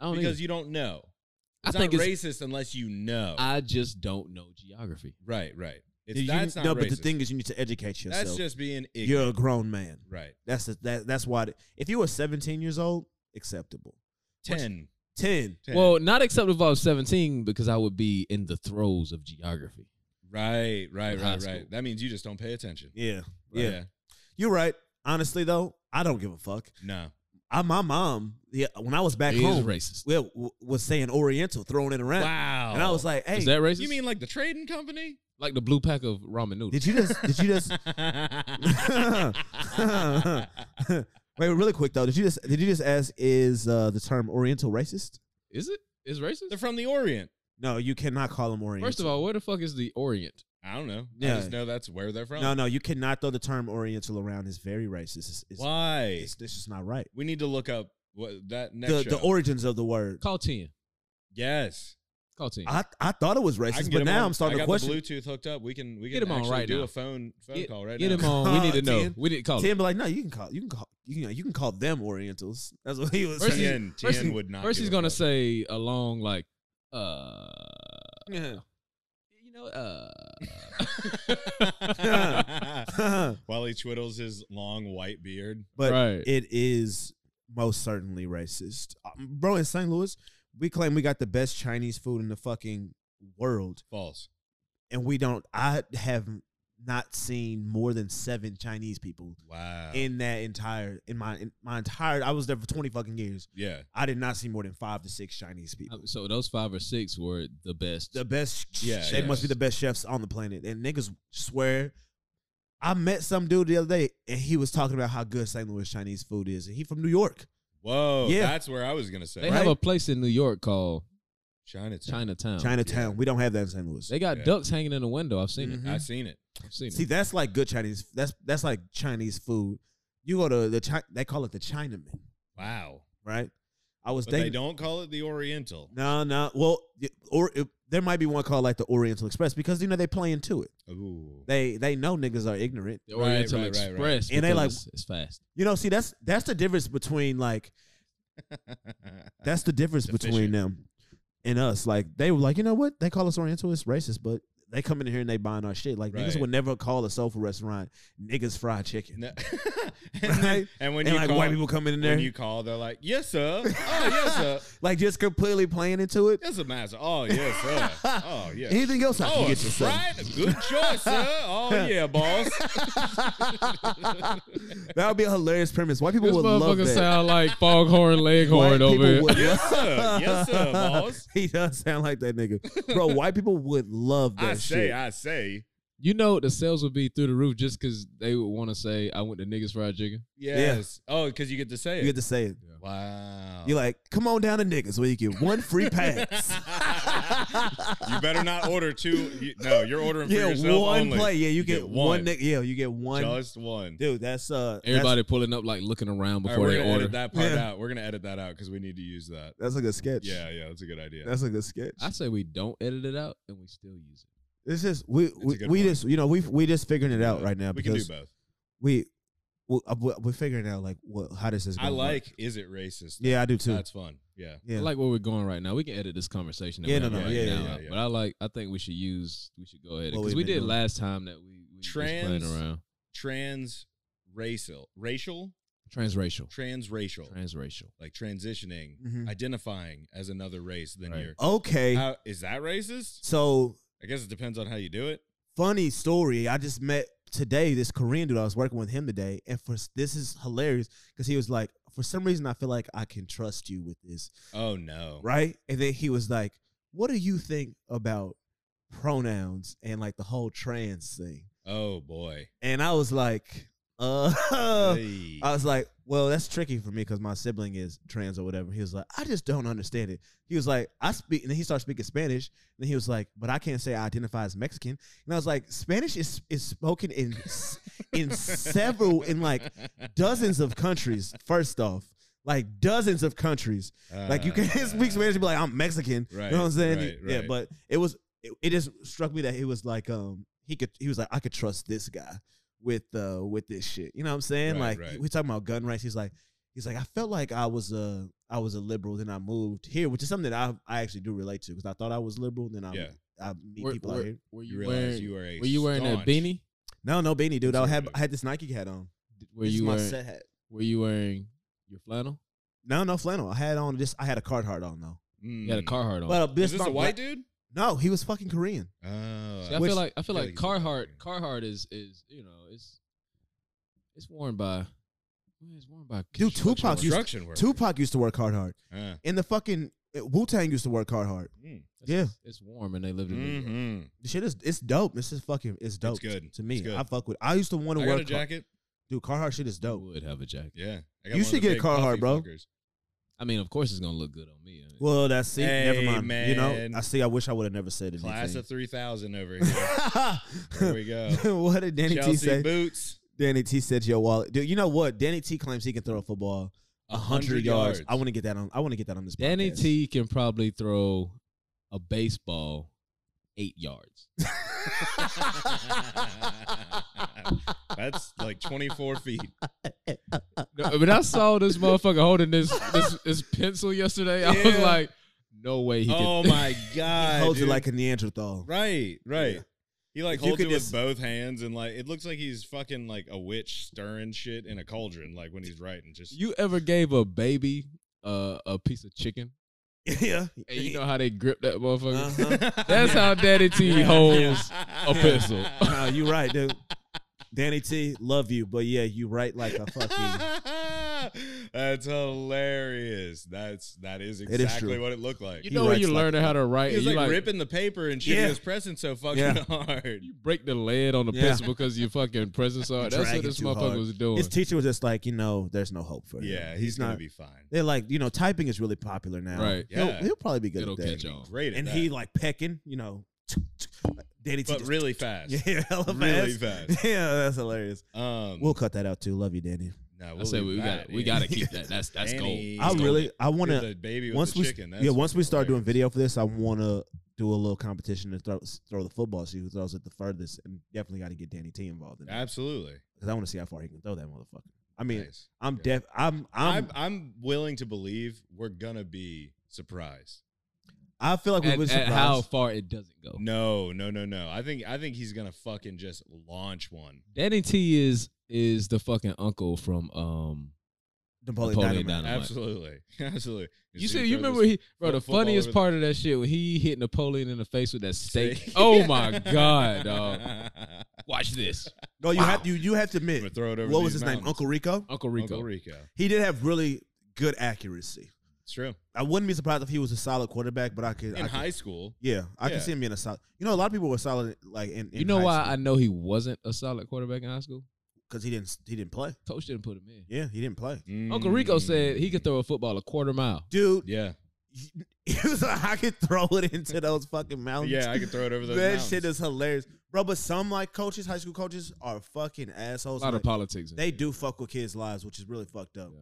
Speaker 3: I don't
Speaker 2: because
Speaker 3: either.
Speaker 2: you don't know.
Speaker 3: I
Speaker 2: It's
Speaker 3: think
Speaker 2: not
Speaker 3: it's-
Speaker 2: racist unless you know.
Speaker 3: I just don't know geography.
Speaker 2: right, right. It's,
Speaker 1: You-
Speaker 2: that's not
Speaker 1: no,
Speaker 2: racist.
Speaker 1: but the thing is, you need to educate yourself.
Speaker 2: that's just being
Speaker 1: You're
Speaker 2: ignorant.
Speaker 1: a grown man.
Speaker 2: right.
Speaker 1: That's the, that. That's why. the- if you were 17 years old, acceptable.
Speaker 2: Ten.
Speaker 1: 10.
Speaker 2: 10.
Speaker 3: Well, not except if I was 17 because I would be in the throes of geography.
Speaker 2: right, right,
Speaker 3: in high
Speaker 2: right,
Speaker 3: school.
Speaker 2: right. That means you just don't pay attention.
Speaker 1: Yeah,
Speaker 2: Right,
Speaker 1: yeah. You're right. Honestly, though, I don't give a fuck.
Speaker 2: No.
Speaker 1: I, my mom, yeah, when I was back
Speaker 3: It is
Speaker 1: home,
Speaker 3: racist.
Speaker 1: well, w- was saying Oriental, throwing it around,
Speaker 2: Wow.
Speaker 1: and I was like, "Hey,
Speaker 3: Is that racist?
Speaker 2: you mean like the trading company?
Speaker 3: like the blue pack of ramen noodles?
Speaker 1: did you just? Did you just? Wait, really quick though. Did you just? Did you just ask? Is uh, the term Oriental racist?
Speaker 3: is it? Is racist?
Speaker 2: They're from the Orient.
Speaker 1: No, you cannot call them Oriental.
Speaker 3: First of all, where the fuck is the Orient?
Speaker 2: I don't know. I
Speaker 1: Yeah.
Speaker 2: just know that's where they're from.
Speaker 1: no, no, you cannot throw the term Oriental around. It's very racist. It's, it's,
Speaker 2: Why?
Speaker 1: it's, it's just not right.
Speaker 2: we need to look up what that next
Speaker 1: The,
Speaker 2: show.
Speaker 1: the origins of the word.
Speaker 3: Call 10.
Speaker 2: yes.
Speaker 3: Call 10.
Speaker 1: I, I thought it was racist,
Speaker 2: get
Speaker 1: but
Speaker 2: him
Speaker 1: now
Speaker 2: on-
Speaker 1: I'm starting to
Speaker 2: I got
Speaker 1: question.
Speaker 2: The Bluetooth hooked up. We can we
Speaker 3: Get
Speaker 2: can
Speaker 3: him on
Speaker 2: actually
Speaker 3: right
Speaker 2: do
Speaker 3: now.
Speaker 2: a phone phone
Speaker 3: Get-
Speaker 2: call right
Speaker 3: Get
Speaker 2: now.
Speaker 3: him on. We need to know.
Speaker 1: Ten.
Speaker 3: We need to call him.
Speaker 1: Tim be like, no, you can call you can call you can you can call them Orientals. That's what he was
Speaker 3: First
Speaker 1: saying.
Speaker 2: Tien,
Speaker 3: first
Speaker 2: Tien
Speaker 3: he-
Speaker 2: would not.
Speaker 3: First,
Speaker 2: give
Speaker 3: he's
Speaker 2: a
Speaker 3: going to
Speaker 2: fuck.
Speaker 3: say along like, uh, you know, uh.
Speaker 2: while he twiddles his long white beard.
Speaker 1: but
Speaker 3: right.
Speaker 1: it is most certainly racist, Um, bro. In St. Louis, we claim we got the best Chinese food in the fucking world,
Speaker 2: False.
Speaker 1: and we don't. I have not seen more than seven Chinese people
Speaker 2: Wow.
Speaker 1: in that entire in my in my entire. I was there for twenty fucking years.
Speaker 2: yeah.
Speaker 1: I did not see more than five to six Chinese people.
Speaker 3: Uh, so those five or six were the best.
Speaker 1: the best.
Speaker 2: Yeah,
Speaker 1: Yeah, they
Speaker 2: yeah.
Speaker 1: must be the best chefs on the planet. And niggas swear. I met some dude the other day, and he was talking about how good St. Louis Chinese food is, and he from New York.
Speaker 2: Whoa.
Speaker 1: Yeah.
Speaker 2: That's where I was going to say.
Speaker 3: they have
Speaker 1: right?
Speaker 3: a place in New York called
Speaker 2: Chinatown.
Speaker 3: Chinatown.
Speaker 1: Chinatown.
Speaker 2: Yeah.
Speaker 1: We don't have that in St. Louis.
Speaker 3: Oh, They got
Speaker 2: Yeah.
Speaker 3: ducks hanging in the window. I've seen
Speaker 1: Mhm.
Speaker 2: I've seen it.
Speaker 3: it. I've seen
Speaker 1: See,
Speaker 3: it.
Speaker 1: that's like good Chinese. That's that's like Chinese food. You go to the Chi- they call it the Chinaman,
Speaker 2: Wow.
Speaker 1: right? I was
Speaker 2: But they,
Speaker 1: dating.
Speaker 2: don't call it the Oriental.
Speaker 1: no, no. Well, y- or it, there might be one called like the Oriental Express because you know they play into it.
Speaker 2: Ooh.
Speaker 1: They they know niggas are ignorant.
Speaker 3: The
Speaker 2: Right,
Speaker 3: Oriental
Speaker 2: right, right, right.
Speaker 3: Express.
Speaker 1: And they
Speaker 3: because
Speaker 1: like-
Speaker 3: it's, it's fast.
Speaker 1: You know, see that's that's the difference between like that's the difference between
Speaker 2: Deficient.
Speaker 1: them and us. Like they were like, you know what? They call us Oriental, it's racist, but they come in here and they buying our shit. Like
Speaker 2: Right.
Speaker 1: niggas would never call a soul food restaurant niggas fried chicken.
Speaker 2: No. and,
Speaker 1: Right?
Speaker 2: and when
Speaker 1: and
Speaker 2: you
Speaker 1: like
Speaker 2: call,
Speaker 1: white people coming in there,
Speaker 2: when you call, they're like, "Yes, sir. Oh, yes, sir.
Speaker 1: like just completely playing into it.
Speaker 2: Yes, sir, master. Oh, yes, sir. Oh, yes.
Speaker 1: Anything else I
Speaker 2: Oh,
Speaker 1: can
Speaker 2: a
Speaker 1: get you, sir?
Speaker 2: sprite. Good choice, sir. Oh yeah, boss.
Speaker 1: that would be a hilarious premise. White people
Speaker 3: this
Speaker 1: would love
Speaker 3: motherfucker
Speaker 1: that.
Speaker 3: sound like Foghorn Leghorn
Speaker 1: White
Speaker 3: over
Speaker 1: people
Speaker 3: here.
Speaker 1: would
Speaker 2: Yes,
Speaker 1: love-
Speaker 2: sir. Yes, sir, boss.
Speaker 1: He does sound like that nigga, bro. White people would love that
Speaker 2: I say,
Speaker 1: shit.
Speaker 2: I say.
Speaker 3: You know the sales would be through the roof just because they would want to say, "I went to niggas fried chicken."
Speaker 2: Yes. Oh, because you get to say
Speaker 1: you get
Speaker 2: it.
Speaker 1: to say it.
Speaker 2: Wow.
Speaker 1: You're like, come on down to niggas where you get one free pass.
Speaker 2: You better not order two. You, no, you're ordering for
Speaker 1: yeah,
Speaker 2: yourself
Speaker 1: one
Speaker 2: only.
Speaker 1: play. Yeah, you, get, one. nigga. Yeah, you get one.
Speaker 2: Just one.
Speaker 1: Dude, that's uh, that's-
Speaker 3: Everybody pulling up, like looking around
Speaker 2: All right,
Speaker 3: before
Speaker 2: we're
Speaker 3: they
Speaker 2: gonna
Speaker 3: order.
Speaker 2: edit that part
Speaker 1: Yeah.
Speaker 2: out. We're gonna edit that out because we need to use that.
Speaker 1: That's, a good sketch.
Speaker 2: Yeah, yeah, that's a good idea.
Speaker 1: that's a good sketch.
Speaker 3: I say we don't edit it out and we still use it.
Speaker 1: This is we
Speaker 2: a
Speaker 1: we,
Speaker 2: good
Speaker 1: we
Speaker 2: point.
Speaker 1: just you know we we just figuring it out
Speaker 2: Yeah.
Speaker 1: right now
Speaker 2: We can do
Speaker 1: because
Speaker 2: both.
Speaker 1: we we uh, we- we're figuring out like what how this is.
Speaker 2: I
Speaker 1: gonna work.
Speaker 2: like is it racist?
Speaker 1: Yeah, I do too.
Speaker 2: That's fun. Yeah.
Speaker 1: yeah,
Speaker 3: I like where we're going right now. We can edit this conversation. that
Speaker 1: Yeah,
Speaker 3: we're
Speaker 1: no,
Speaker 3: having
Speaker 2: no,
Speaker 3: right
Speaker 2: yeah, yeah,
Speaker 3: now
Speaker 2: yeah,
Speaker 3: out,
Speaker 2: yeah.
Speaker 3: But I like. I think we should use. We should go ahead
Speaker 1: What
Speaker 3: because
Speaker 1: we've
Speaker 3: we
Speaker 1: been
Speaker 3: did
Speaker 1: doing.
Speaker 3: last time that we, we
Speaker 2: Trans-
Speaker 3: just playing around
Speaker 2: Trans racial racial
Speaker 3: transracial,
Speaker 2: transracial
Speaker 3: transracial.
Speaker 2: like transitioning
Speaker 1: Mhm.
Speaker 2: identifying as another race than
Speaker 3: Right.
Speaker 2: your
Speaker 1: okay.
Speaker 2: how, is that racist?
Speaker 1: so
Speaker 2: I guess it depends on how you do it.
Speaker 1: funny story. I just met today this Korean dude. I was working with him today, and for this is hilarious because he was like, for some reason, I feel like I can trust you with this,
Speaker 2: Oh no.
Speaker 1: right? And then he was like, "What do you think about pronouns and like the whole trans thing?"
Speaker 2: Oh boy.
Speaker 1: And I was like, "Uh."
Speaker 2: Hey.
Speaker 1: I was like, well, that's tricky for me because my sibling is trans or whatever. He was like, I just don't understand it. He was like, I speak, and then he started speaking Spanish. And then he was like, but I can't say I identify as Mexican. And I was like, Spanish is is spoken in s- in several in like dozens of countries. First off, like dozens of countries. Like you can't
Speaker 2: Uh,
Speaker 1: speak Spanish and be like, I'm Mexican.
Speaker 2: Right.
Speaker 1: You know what I'm saying?
Speaker 2: right,
Speaker 1: Yeah,
Speaker 2: right.
Speaker 1: but it was it, it just struck me that he was like um he could he was like I could trust this guy with uh with this shit. You know what I'm saying?
Speaker 2: Right,
Speaker 1: like
Speaker 2: right.
Speaker 1: we talking about gun rights. He's like he's like I felt like I was a I was a liberal then I moved here, which is something that I I actually do relate to because I thought I was liberal then I
Speaker 2: Yeah.
Speaker 1: I meet
Speaker 3: Were,
Speaker 1: people out
Speaker 3: were,
Speaker 1: here.
Speaker 3: were
Speaker 2: you
Speaker 3: you,
Speaker 2: realize
Speaker 3: wearing?
Speaker 2: you are a
Speaker 3: were you wearing that
Speaker 2: staunch-
Speaker 3: beanie?
Speaker 1: No, no beanie, dude. I had
Speaker 2: Conservative.
Speaker 1: I had this Nike hat on.
Speaker 3: Were
Speaker 1: this is
Speaker 3: you
Speaker 1: my
Speaker 3: wearing?
Speaker 1: set hat.
Speaker 3: Were you wearing your flannel?
Speaker 1: No, no flannel. I had on this. I had a Carhartt on though.
Speaker 2: Mm.
Speaker 3: You had a Carhartt on.
Speaker 1: But uh,
Speaker 2: Is
Speaker 1: this,
Speaker 2: this a white dude?
Speaker 1: No, he was fucking Korean.
Speaker 2: Oh,
Speaker 3: See, I
Speaker 1: Which-
Speaker 3: feel like I
Speaker 2: I feel
Speaker 3: feel like
Speaker 2: like it's a
Speaker 3: Carhartt.
Speaker 2: bad
Speaker 3: Carhartt is is you know it's it's worn by yeah, it's worn by
Speaker 1: Dude,
Speaker 3: construction
Speaker 1: Tupac
Speaker 3: workers.
Speaker 1: used-
Speaker 2: construction work.
Speaker 1: Tupac used to work Carhartt.
Speaker 2: Uh,
Speaker 1: And the fucking Wu Tang used to work Carhartt.
Speaker 2: mm.
Speaker 1: Yeah. Mm-hmm.
Speaker 3: It's warm and they lived in New York.
Speaker 2: Mhm.
Speaker 1: The shit is it's dope. This is fucking it's dope.
Speaker 2: good.
Speaker 1: to me.
Speaker 2: It's good.
Speaker 1: I fuck with. I used to want
Speaker 2: I
Speaker 1: to
Speaker 2: got a
Speaker 1: work. Car-
Speaker 2: jacket.
Speaker 1: dude, Carhartt shit is
Speaker 3: You
Speaker 1: dope.
Speaker 3: would have a jacket.
Speaker 2: Yeah. I got
Speaker 1: You should
Speaker 2: one of the
Speaker 1: get a
Speaker 2: big
Speaker 1: Carhartt,
Speaker 2: puffy
Speaker 1: bro.
Speaker 2: fuckers.
Speaker 3: I mean, of course, it's gonna look good on me. I mean,
Speaker 1: Well, that's see. never
Speaker 2: Hey,
Speaker 1: mind. You
Speaker 2: man.
Speaker 1: know, I see. I wish I would have never said anything.
Speaker 2: Class of 3000 over here. Here we go.
Speaker 1: what did Danny T
Speaker 2: Chelsea
Speaker 1: say?
Speaker 2: boots.
Speaker 1: Danny T said to your wallet, dude. You know what? Danny T claims he can throw a football
Speaker 2: a
Speaker 1: hundred yards. I want to get that on. I want to get that on this.
Speaker 3: Danny
Speaker 1: podcast.
Speaker 3: T can probably throw a baseball eight yards.
Speaker 2: That's like 24 feet.
Speaker 3: No, when I saw this motherfucker holding this this, this pencil yesterday, I was
Speaker 2: Yeah.
Speaker 3: like, no way he
Speaker 2: oh
Speaker 3: can.
Speaker 2: my god!
Speaker 1: holds
Speaker 2: dude.
Speaker 1: it like a Neanderthal.
Speaker 2: right, right.
Speaker 1: Yeah.
Speaker 2: He like
Speaker 1: If you
Speaker 2: holds
Speaker 1: could
Speaker 2: it with
Speaker 1: just-
Speaker 2: both hands and like it looks like he's fucking like a witch stirring shit in a cauldron, like when he's writing. Just
Speaker 3: You ever gave a baby uh, a piece of chicken?
Speaker 1: yeah.
Speaker 3: And you know how they grip that motherfucker?
Speaker 1: Uh-huh.
Speaker 3: That's how Daddy T holds a pencil.
Speaker 1: No, you right, dude. Danny T, love you, but yeah, you right like a fucking.
Speaker 2: That's hilarious. That's that is
Speaker 1: is
Speaker 2: exactly
Speaker 1: true.
Speaker 2: what it looked like.
Speaker 3: You
Speaker 1: He
Speaker 3: know when
Speaker 1: writes
Speaker 3: you're
Speaker 1: like
Speaker 3: learning how to write,
Speaker 2: He
Speaker 3: and
Speaker 2: was
Speaker 3: you
Speaker 2: like,
Speaker 3: like,
Speaker 2: ripping the paper and shit.
Speaker 1: Yeah.
Speaker 2: He was pressing so fucking
Speaker 1: Yeah.
Speaker 2: hard.
Speaker 3: you break the lead on the
Speaker 1: Yeah.
Speaker 3: pencil because you fucking pressing so hard. That's
Speaker 1: Drag it
Speaker 3: what this
Speaker 1: too
Speaker 3: motherfucker
Speaker 1: hard.
Speaker 3: was doing.
Speaker 1: His teacher was just like, you know, there's no hope for him.
Speaker 2: Yeah, he's, gonna
Speaker 1: not.
Speaker 2: be fine.
Speaker 1: They're like, you know, typing is really popular now.
Speaker 3: Right.
Speaker 1: He'll,
Speaker 2: Yeah.
Speaker 1: he'll probably be good
Speaker 3: It'll
Speaker 1: at that.
Speaker 3: catch on.
Speaker 2: Great, at
Speaker 1: And
Speaker 2: that.
Speaker 1: he like pecking, you know, Danny T.
Speaker 2: but
Speaker 1: just-
Speaker 2: really fast.
Speaker 1: yeah, hella
Speaker 2: really
Speaker 1: fast.
Speaker 2: fast.
Speaker 1: Yeah, that's hilarious.
Speaker 2: Um,
Speaker 1: We'll cut that out too. Love you, Danny.
Speaker 2: no,
Speaker 3: I
Speaker 2: we'll
Speaker 3: say
Speaker 2: leave
Speaker 3: we, we
Speaker 2: that
Speaker 3: got we
Speaker 2: in.
Speaker 3: got to keep that. That's that's gold.
Speaker 2: Danny
Speaker 1: I
Speaker 2: is
Speaker 1: really, I
Speaker 2: gonna
Speaker 1: want
Speaker 2: get
Speaker 1: to.
Speaker 2: the baby with
Speaker 1: Once
Speaker 2: the
Speaker 1: we,
Speaker 2: chicken. That's
Speaker 1: yeah, once we start doing
Speaker 2: hilarious.
Speaker 1: video for this, I want to do a little competition to throw throw the football. See who throws it the furthest, and definitely got to get Danny T involved in that
Speaker 2: absolutely.
Speaker 1: because I want to see how far he can throw that motherfucker. I mean,
Speaker 2: Nice.
Speaker 1: I'm
Speaker 2: Yeah.
Speaker 1: def, I'm, I'm,
Speaker 2: I'm I'm willing to believe we're gonna be surprised.
Speaker 1: i feel like we've
Speaker 3: At,
Speaker 1: been
Speaker 3: at how
Speaker 1: surprised.
Speaker 3: far it doesn't go.
Speaker 2: No, no, no, no. I think I think he's gonna fucking just launch one.
Speaker 3: Danny T is is the fucking uncle from um.
Speaker 1: Napoleon Dynamite.
Speaker 3: Napoleon Dynamite. I'm like-
Speaker 2: absolutely, absolutely. see
Speaker 3: You see,
Speaker 2: him
Speaker 3: you
Speaker 2: throw
Speaker 3: remember
Speaker 2: this-
Speaker 3: he bro the
Speaker 2: fo- football
Speaker 3: funniest
Speaker 2: over-
Speaker 3: part of that shit when he hit Napoleon in the face with that steak.
Speaker 2: Steak.
Speaker 3: oh my god, dog! Watch this,
Speaker 1: No, you
Speaker 3: Wow.
Speaker 1: have you you have to
Speaker 2: I'm gonna
Speaker 1: admit.
Speaker 2: throw it over.
Speaker 1: What
Speaker 2: these
Speaker 1: was his name?
Speaker 2: mountains.
Speaker 1: Uncle Rico.
Speaker 3: Uncle Rico.
Speaker 2: Uncle Rico.
Speaker 1: He did have really good accuracy.
Speaker 2: It's true.
Speaker 1: I wouldn't be surprised if he was a solid quarterback, but I could. I
Speaker 2: In
Speaker 1: could-
Speaker 2: high school,
Speaker 1: yeah, I
Speaker 2: Yeah.
Speaker 1: can see him being a solid. You know, a lot of people were solid like in. in
Speaker 3: You know why I know he wasn't a solid quarterback in high school?
Speaker 1: Because he didn't he didn't play.
Speaker 3: Coach didn't put him in.
Speaker 1: Yeah, he didn't play.
Speaker 3: Uncle Rico
Speaker 2: Mm.
Speaker 3: said he could throw a football a quarter mile.
Speaker 1: Dude,
Speaker 2: Yeah,
Speaker 1: he was like, I could throw it into those fucking mountains.
Speaker 2: yeah. I could throw it over
Speaker 1: Um, that
Speaker 2: those. mountains.
Speaker 1: shit is hilarious, bro. But some like coaches, high school coaches, are fucking
Speaker 3: A
Speaker 1: assholes.
Speaker 3: lot
Speaker 1: Like,
Speaker 3: of politics. in
Speaker 1: they
Speaker 3: there.
Speaker 1: do fuck with kids' lives, which is really fucked up.
Speaker 3: Yeah.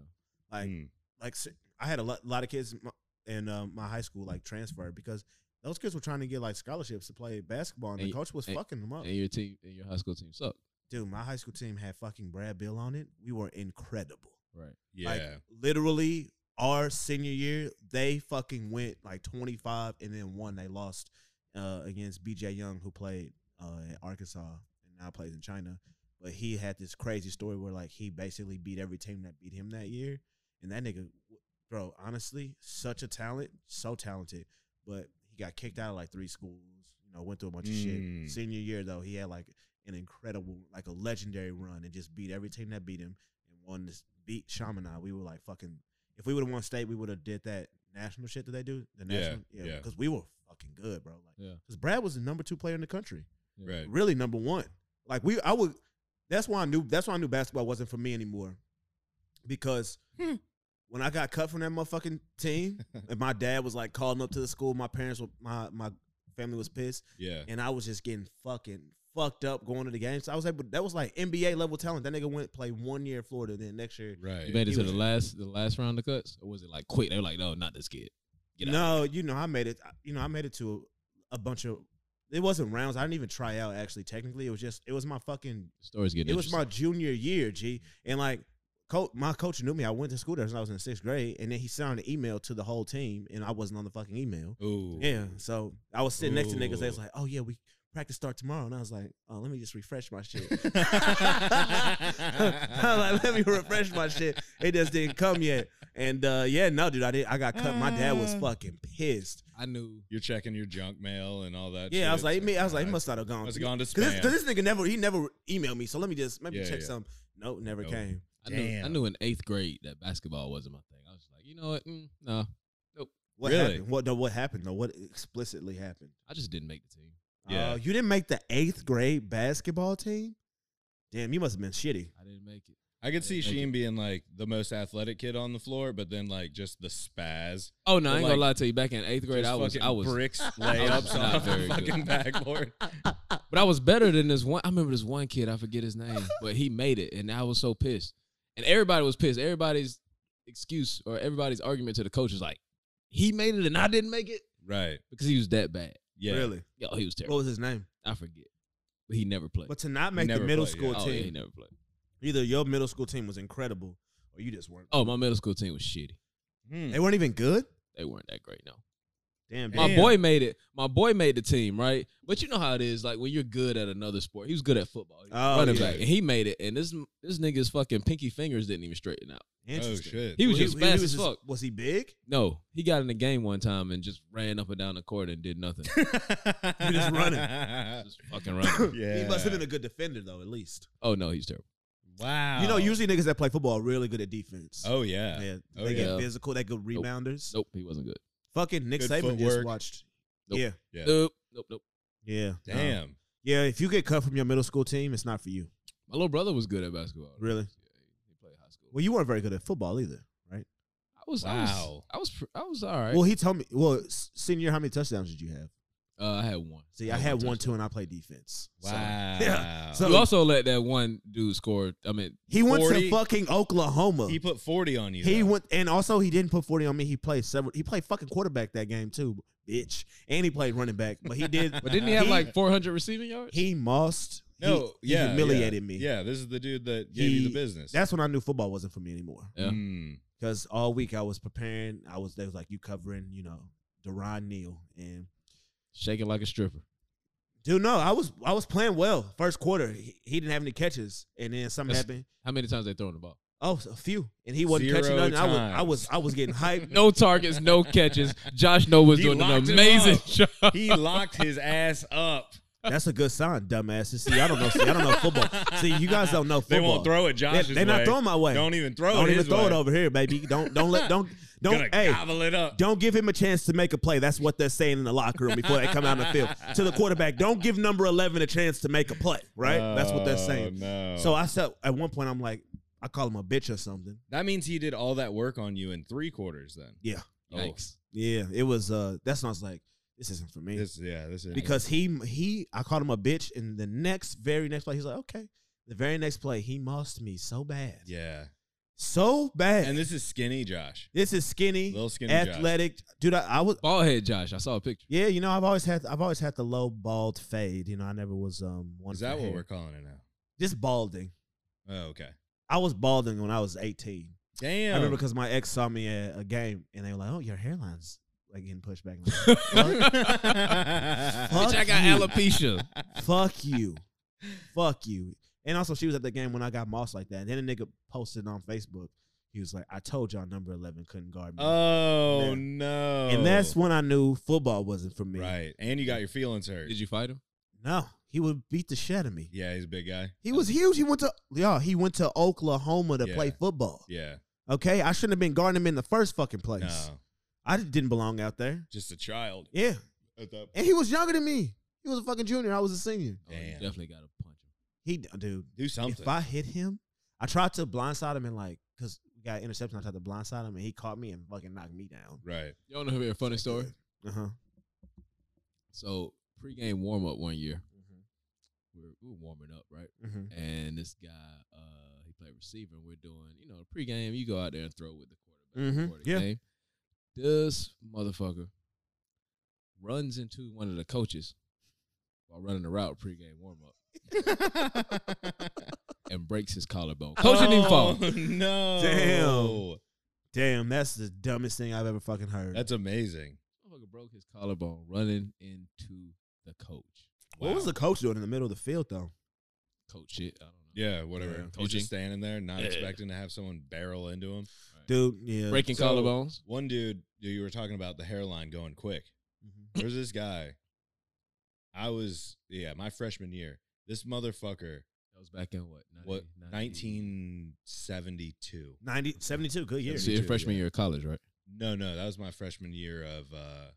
Speaker 1: Like,
Speaker 2: Mm.
Speaker 1: uh, like s- I had a lot, lot of kids in my- in um, my high school like transferred because Those kids were trying to get like scholarships to play basketball, and,
Speaker 3: And
Speaker 1: the
Speaker 3: you-
Speaker 1: coach was
Speaker 3: and-
Speaker 1: fucking them up.
Speaker 3: and your team and your high school team suck.
Speaker 1: Dude, my high school team had fucking Brad Bill on it. We were incredible.
Speaker 3: Right.
Speaker 2: Yeah.
Speaker 1: Like literally our senior year, they fucking went like 25 and then one. They lost uh, against BJ Young, who played uh, in Arkansas and now plays in China. But he had this crazy story where like he basically beat every team that beat him that year. And that nigga, bro, honestly, such a talent, so talented. But he got kicked out of like three schools, you know, went through a bunch of
Speaker 2: Mm.
Speaker 1: shit. Senior year though, he had like an incredible, like a legendary run and just beat every team that beat him and won this beat Chaminade. We were like fucking if we would have won state, we would have did that national shit that they do. The
Speaker 2: Yeah,
Speaker 1: national
Speaker 2: yeah.
Speaker 1: Because we were fucking good, bro. Like
Speaker 3: Yeah.
Speaker 1: because Brad was the number two player in the country.
Speaker 2: right.
Speaker 1: Really number one. Like we I would that's why I knew that's why I knew basketball wasn't for me anymore. Because when I got cut from that motherfucking team, and my dad was like calling up to the school, my parents were my my family was pissed
Speaker 2: Yeah.
Speaker 1: and I was just getting fucking fucked up going to the games. I was able that was like NBA level talent. That nigga went play one year at Florida, then next year.
Speaker 2: Right.
Speaker 3: You made it
Speaker 1: He
Speaker 3: to
Speaker 1: was-
Speaker 3: the last the last round of cuts, or was it like quick? They were like, no, not this kid. Get out.
Speaker 1: no, you know I made it. You know I made it to a, a bunch of. It wasn't rounds. I didn't even try out actually. Technically, it was just it was my fucking.
Speaker 3: The story's getting.
Speaker 1: It was my junior year, G, and like. co my coach knew me. I went to school there since I was in sixth grade, and then he sent out an email to the whole team, and I wasn't on the fucking email.
Speaker 2: Ooh.
Speaker 1: Yeah, so I was sitting next to niggas. They was
Speaker 2: Ooh.
Speaker 1: like, "Oh yeah, we practice start tomorrow," and I was like, "Oh, let me just refresh my shit." I'm like, let me refresh my shit. It just didn't come yet. And uh, yeah, no, dude, I did. I got cut. My dad was
Speaker 2: Ah.
Speaker 1: fucking pissed.
Speaker 3: I knew.
Speaker 2: You're checking your junk mail and all that.
Speaker 1: Yeah, I was
Speaker 2: shit.
Speaker 1: like,
Speaker 2: So,
Speaker 1: me, I was like, he
Speaker 2: all right.
Speaker 1: must not have gone.
Speaker 2: must have gone to
Speaker 1: Cause this,
Speaker 2: spam.
Speaker 1: 'cause this nigga never, he never emailed me. So let me just maybe
Speaker 2: Yeah,
Speaker 1: check
Speaker 2: yeah.
Speaker 1: some. Nope, never
Speaker 2: Nope.
Speaker 1: came.
Speaker 3: I knew. I
Speaker 2: Damn.
Speaker 3: knew in eighth grade that basketball wasn't my thing. I was just like, you know what? Mm, no,
Speaker 1: What
Speaker 2: Really?
Speaker 1: happened? What no, what happened though? What explicitly happened?
Speaker 3: I just didn't make the team.
Speaker 2: Yeah.
Speaker 1: Uh, you didn't make the eighth grade basketball team. Damn, you must have been shitty.
Speaker 3: I didn't make it.
Speaker 2: I could see
Speaker 3: Thank you.
Speaker 2: Sheen being like the most athletic kid on the floor, but then like just the spaz.
Speaker 3: Oh no, I
Speaker 2: But, like,
Speaker 3: ain't gonna lie to you. Back in eighth grade,
Speaker 2: Just
Speaker 3: I was,
Speaker 2: fucking
Speaker 3: I was,
Speaker 2: bricks
Speaker 3: was
Speaker 2: layups
Speaker 3: not
Speaker 2: off the
Speaker 3: very good.
Speaker 2: fucking backboard.
Speaker 3: but I was better than this one. I remember this one kid. I forget his name, but he made it, and I was so pissed. And everybody was pissed. Everybody's excuse or everybody's argument to the coach is like, he made it and I didn't make it
Speaker 2: Right.
Speaker 3: because he was that bad.
Speaker 2: Yeah.
Speaker 1: Really?
Speaker 3: Yo, oh, he was
Speaker 1: What
Speaker 3: terrible.
Speaker 1: was his name?
Speaker 3: I forget, but he never played.
Speaker 1: But to not make the
Speaker 2: never
Speaker 1: middle
Speaker 2: played,
Speaker 1: school
Speaker 2: yeah.
Speaker 3: oh yeah, he
Speaker 1: team,
Speaker 3: never played.
Speaker 1: either your middle school team was incredible or you just weren't.
Speaker 3: Oh, my middle school team was shitty.
Speaker 2: Hmm.
Speaker 1: They weren't even good.
Speaker 3: They weren't that great. No,
Speaker 1: Damn,
Speaker 3: my
Speaker 1: damn.
Speaker 3: boy made it. My boy made the team, right? But you know how it is. Like when you're good at another sport, he was good at football. He was
Speaker 1: Oh,
Speaker 3: running
Speaker 1: yeah.
Speaker 3: back, and he made it. And this this nigga's fucking pinky fingers didn't even straighten out.
Speaker 2: Oh
Speaker 1: Interesting.
Speaker 2: shit.
Speaker 3: He was
Speaker 1: Well,
Speaker 3: just fast
Speaker 1: was
Speaker 3: as
Speaker 1: just-
Speaker 3: fuck.
Speaker 1: Was he big?
Speaker 3: No, he got in the game one time and just ran up and down the court and did nothing.
Speaker 1: He just running.
Speaker 3: just fucking running.
Speaker 2: Yeah.
Speaker 1: He must have been a good defender though, at least.
Speaker 3: Oh no, he's terrible.
Speaker 2: wow.
Speaker 1: You know, usually niggas that play football are really good at defense.
Speaker 2: Oh yeah.
Speaker 1: yeah,
Speaker 2: Oh,
Speaker 1: they
Speaker 3: yeah.
Speaker 1: get physical. They good rebounders.
Speaker 3: Nope, he wasn't good.
Speaker 1: Fucking Nick
Speaker 2: Good
Speaker 1: Saban just
Speaker 2: footwork.
Speaker 1: watched.
Speaker 3: Nope.
Speaker 1: Yeah,
Speaker 2: Yeah.
Speaker 3: Nope, nope, nope.
Speaker 1: yeah.
Speaker 2: Damn.
Speaker 1: No. Yeah, if you get cut from your middle school team, it's not for you.
Speaker 3: My little brother was good at basketball.
Speaker 1: Really?
Speaker 3: Yeah, he played high school.
Speaker 1: Well, you weren't very good at football either, right?
Speaker 3: I was.
Speaker 2: Wow.
Speaker 3: I was. I was, pr- I was all right.
Speaker 1: Well, he told me. Well, s- senior, year, how many touchdowns did you have?
Speaker 3: uh, I had one.
Speaker 1: See, I had one,
Speaker 3: touchdown.
Speaker 1: two, and I played defense. So-
Speaker 2: Wow.
Speaker 1: Yeah. So-
Speaker 3: You also let that one dude score. I mean,
Speaker 1: he went
Speaker 2: 40.
Speaker 1: to fucking Oklahoma.
Speaker 2: he put forty on you.
Speaker 1: He
Speaker 2: though.
Speaker 1: went, and also he didn't put forty on me. He played several. He played fucking quarterback that game too, bitch. And he played running back, but he did.
Speaker 3: but didn't he have
Speaker 1: He-
Speaker 3: like 400 receiving yards?
Speaker 1: he mossed. He-
Speaker 2: No.
Speaker 1: he,
Speaker 2: yeah.
Speaker 1: humiliated
Speaker 2: yeah.
Speaker 1: me.
Speaker 2: Yeah. This is the dude that gave you
Speaker 1: He-
Speaker 2: the business.
Speaker 1: that's when I knew football wasn't for me anymore.
Speaker 3: Yeah.
Speaker 2: Mm.
Speaker 1: Because all week I was preparing. I was they was like you covering, you know, Deron Neal and
Speaker 3: shaking like a stripper.
Speaker 1: dude. No, I was I was playing well first quarter. He, he didn't have any catches, and then something
Speaker 3: That's-
Speaker 1: happened.
Speaker 3: How many times they throwing the ball?
Speaker 1: Oh, a few, and he wasn't
Speaker 2: Zero
Speaker 1: catching nothing. I was I
Speaker 2: times.
Speaker 1: was I was getting hyped.
Speaker 3: No targets, no catches. Josh Noah was
Speaker 2: He
Speaker 3: doing an
Speaker 2: locked him
Speaker 3: amazing
Speaker 2: up.
Speaker 3: job.
Speaker 2: He locked his ass up.
Speaker 1: That's a good sign, dumbasses. See, I don't know. See, I don't know football. See, you guys don't know
Speaker 2: They
Speaker 1: football.
Speaker 2: won't throw it. Josh.
Speaker 1: They, are not throwing my way. Don't,
Speaker 2: Don't even throw it.
Speaker 1: even
Speaker 2: his
Speaker 1: throw
Speaker 2: way.
Speaker 1: it over here, baby. Don't don't let don't
Speaker 2: Gonna
Speaker 1: don't hey
Speaker 2: gobble it up.
Speaker 1: don't give him a chance to make a play. That's what they're saying in the locker room before they come out on the field to the quarterback. Don't give number eleven a chance to make a play. Right? That's what they're
Speaker 2: Oh,
Speaker 1: saying.
Speaker 2: No.
Speaker 1: So I said at one point I'm like I call him a bitch or something.
Speaker 2: that means he did all that work on you in three quarters. Then.
Speaker 1: Yeah,
Speaker 2: Oh.
Speaker 3: Yikes.
Speaker 1: yeah. It was uh. That's when I was like this isn't for me
Speaker 2: This. Yeah. This is
Speaker 1: because he he I called him a bitch and the next very next play he's like okay. The very next play, he mossed me so bad.
Speaker 2: Yeah.
Speaker 1: so bad.
Speaker 2: And this is skinny Josh.
Speaker 1: this is skinny,
Speaker 2: Little skinny Josh.
Speaker 1: athletic dude. I, I was
Speaker 3: Bald head Josh. I saw a picture.
Speaker 1: yeah, you know, I've always had I've always had the low bald fade. You know, I never was um one.
Speaker 2: Is
Speaker 1: for
Speaker 2: that what
Speaker 1: hair.
Speaker 2: we're calling it now?
Speaker 1: Just balding.
Speaker 2: Oh, okay.
Speaker 1: I was balding when I was eighteen.
Speaker 2: Damn.
Speaker 1: I remember because my ex saw me at a game and they were like, "Oh, your hairline's like getting pushed back." I'm like,
Speaker 2: Fuck.
Speaker 3: Bitch, I got
Speaker 1: you.
Speaker 3: alopecia.
Speaker 1: Fuck you, fuck you. And also, she was at the game when I got mossed like that. And then a nigga posted on Facebook. He was like, "I told y'all number eleven couldn't guard me,"
Speaker 2: Oh
Speaker 1: Yeah.
Speaker 2: no.
Speaker 1: and that's when I knew football wasn't for me.
Speaker 2: Oh. Right. And you got your feelings hurt.
Speaker 3: Did you fight him?
Speaker 1: No, he would beat the shit out of me.
Speaker 2: Yeah, he's a big guy.
Speaker 1: He was huge. He went to y'all. He went to Oklahoma to
Speaker 2: Yeah.
Speaker 1: play football.
Speaker 2: Yeah.
Speaker 1: Okay, I shouldn't have been guarding him in the first fucking place.
Speaker 2: No.
Speaker 1: I didn't belong out there.
Speaker 2: Just a child.
Speaker 1: Yeah,
Speaker 2: At that
Speaker 1: and he was younger than me. He was a fucking junior. I was a senior.
Speaker 3: Oh, you
Speaker 2: Damn.
Speaker 3: definitely got to punch him.
Speaker 1: He, dude,
Speaker 2: Do something.
Speaker 1: if I hit him, I tried to blindside him and like, cause we got interception. I tried to blindside him and he caught me and fucking knocked me down.
Speaker 2: right.
Speaker 3: You want to hear a funny story?
Speaker 1: Uh huh.
Speaker 3: So pregame warm up one year, we were, we were warming up, right?
Speaker 1: Mm-hmm.
Speaker 3: And this guy, uh, he played receiver. and We're doing, you know, pregame. You go out there and throw with the quarterback.
Speaker 2: Mm-hmm.
Speaker 1: Mhm,
Speaker 3: before the
Speaker 1: yeah.
Speaker 3: game. This motherfucker runs into one of the coaches while running the route pregame warm up and breaks his collarbone. Coach didn't even fall.
Speaker 2: Oh, No.
Speaker 1: Damn. Damn, that's the dumbest thing I've ever fucking heard.
Speaker 2: That's amazing.
Speaker 3: Motherfucker broke his collarbone running into the coach.
Speaker 1: what was
Speaker 2: Wow.
Speaker 1: the coach doing in the middle of the field though?
Speaker 3: Coach shit. I don't know.
Speaker 2: Yeah, whatever.
Speaker 1: Yeah.
Speaker 2: He's
Speaker 3: Coaching.
Speaker 2: just standing there, not
Speaker 3: Yeah.
Speaker 2: expecting to have someone barrel into him.
Speaker 1: Dude, yeah.
Speaker 3: Breaking
Speaker 2: So-
Speaker 3: collarbones.
Speaker 2: One dude, you were talking about the hairline going quick.
Speaker 1: Mhm.
Speaker 2: There's this guy. I was, yeah, my freshman year. This motherfucker,
Speaker 3: That was back in what? 90,
Speaker 2: what,
Speaker 3: 90?
Speaker 2: 1972.
Speaker 1: 90, 72, good year.
Speaker 3: So your
Speaker 2: 72,
Speaker 3: freshman
Speaker 2: yeah.
Speaker 3: year of college, right?
Speaker 2: No, no, that was my freshman year of, uh,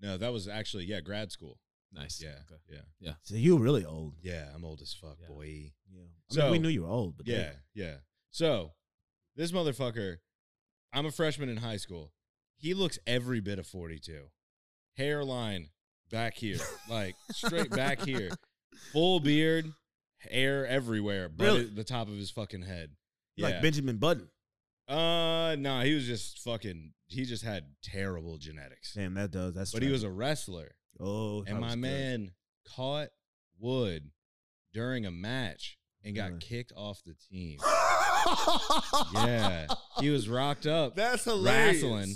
Speaker 2: no, that was actually, yeah, grad school.
Speaker 3: Nice.
Speaker 2: Yeah, yeah,
Speaker 1: So you were really old.
Speaker 2: yeah, I'm old as fuck,
Speaker 3: Yeah.
Speaker 2: boy.
Speaker 1: Yeah. I mean,
Speaker 2: So-
Speaker 1: we knew you were old, but
Speaker 2: Yeah, yeah. So this motherfucker, I'm a freshman in high school. He looks every bit of 42. Hairline back here, like straight back here. Full beard, hair everywhere, but
Speaker 1: Really?
Speaker 2: at the top of his fucking head.
Speaker 1: you like
Speaker 2: Yeah.
Speaker 1: Benjamin Button.
Speaker 2: uh, no, he was just fucking. He just had terrible genetics.
Speaker 1: Damn, that does. That's
Speaker 2: but he
Speaker 1: tragic.
Speaker 2: was a wrestler,
Speaker 1: Oh, that
Speaker 2: and my
Speaker 1: was good.
Speaker 2: man caught wood during a match and got
Speaker 1: Really?
Speaker 2: kicked off the team. yeah, he was rocked up.
Speaker 1: That's
Speaker 2: wrestling.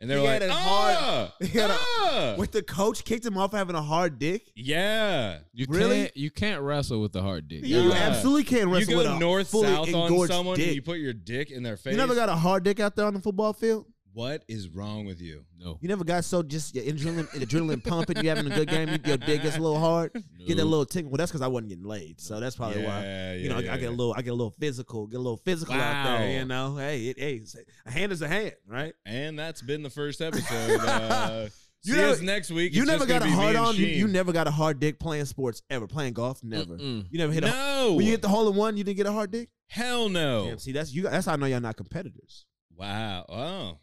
Speaker 2: And they're
Speaker 1: He
Speaker 2: like,
Speaker 1: had a
Speaker 2: ah,
Speaker 1: hard- he had a-
Speaker 2: ah!"
Speaker 1: With the coach kicked him off for having a hard dick.
Speaker 2: yeah.
Speaker 3: You
Speaker 1: Really?
Speaker 3: Can't, you can't wrestle with the hard dick.
Speaker 1: You
Speaker 2: Yeah.
Speaker 1: absolutely can
Speaker 2: You
Speaker 1: wrestle with
Speaker 2: go
Speaker 1: a
Speaker 2: north
Speaker 1: fully
Speaker 2: south on
Speaker 1: engorged
Speaker 2: someone
Speaker 1: dick.
Speaker 2: and you put your dick in their face.
Speaker 1: You never got a hard dick out there on the football field.
Speaker 2: what is wrong with you?
Speaker 3: No.
Speaker 1: You never got so just your adrenaline, the adrenaline pumping. You having a good game. you- Your dick gets a little hard. Get that
Speaker 3: No.
Speaker 1: little tingle. Well, that's because I wasn't getting laid. So that's probably why.
Speaker 2: Yeah,
Speaker 1: You
Speaker 2: yeah,
Speaker 1: know, I-
Speaker 2: yeah,
Speaker 1: I get a
Speaker 2: yeah.
Speaker 1: little, I get a little physical, get a little physical out there.
Speaker 2: Wow.
Speaker 1: You know, hey, it, hey, it's- a hand is a hand, right?
Speaker 2: And that's been the first episode. Uh,
Speaker 1: You
Speaker 2: see
Speaker 1: never-
Speaker 2: us next week.
Speaker 1: you
Speaker 2: It's
Speaker 1: never
Speaker 2: just gonna
Speaker 1: got a
Speaker 2: be me
Speaker 1: hard
Speaker 2: and
Speaker 1: on. You, you
Speaker 2: Sheen.
Speaker 1: never got a hard dick playing sports ever. Playing golf, never.
Speaker 3: Mm-mm.
Speaker 1: You never hit a.
Speaker 2: no.
Speaker 1: When you hit the hole in one, you didn't get a hard dick.
Speaker 2: Hell no.
Speaker 1: Damn, see, that's you. That's how I know y'all not competitors.
Speaker 2: Wow. Oh.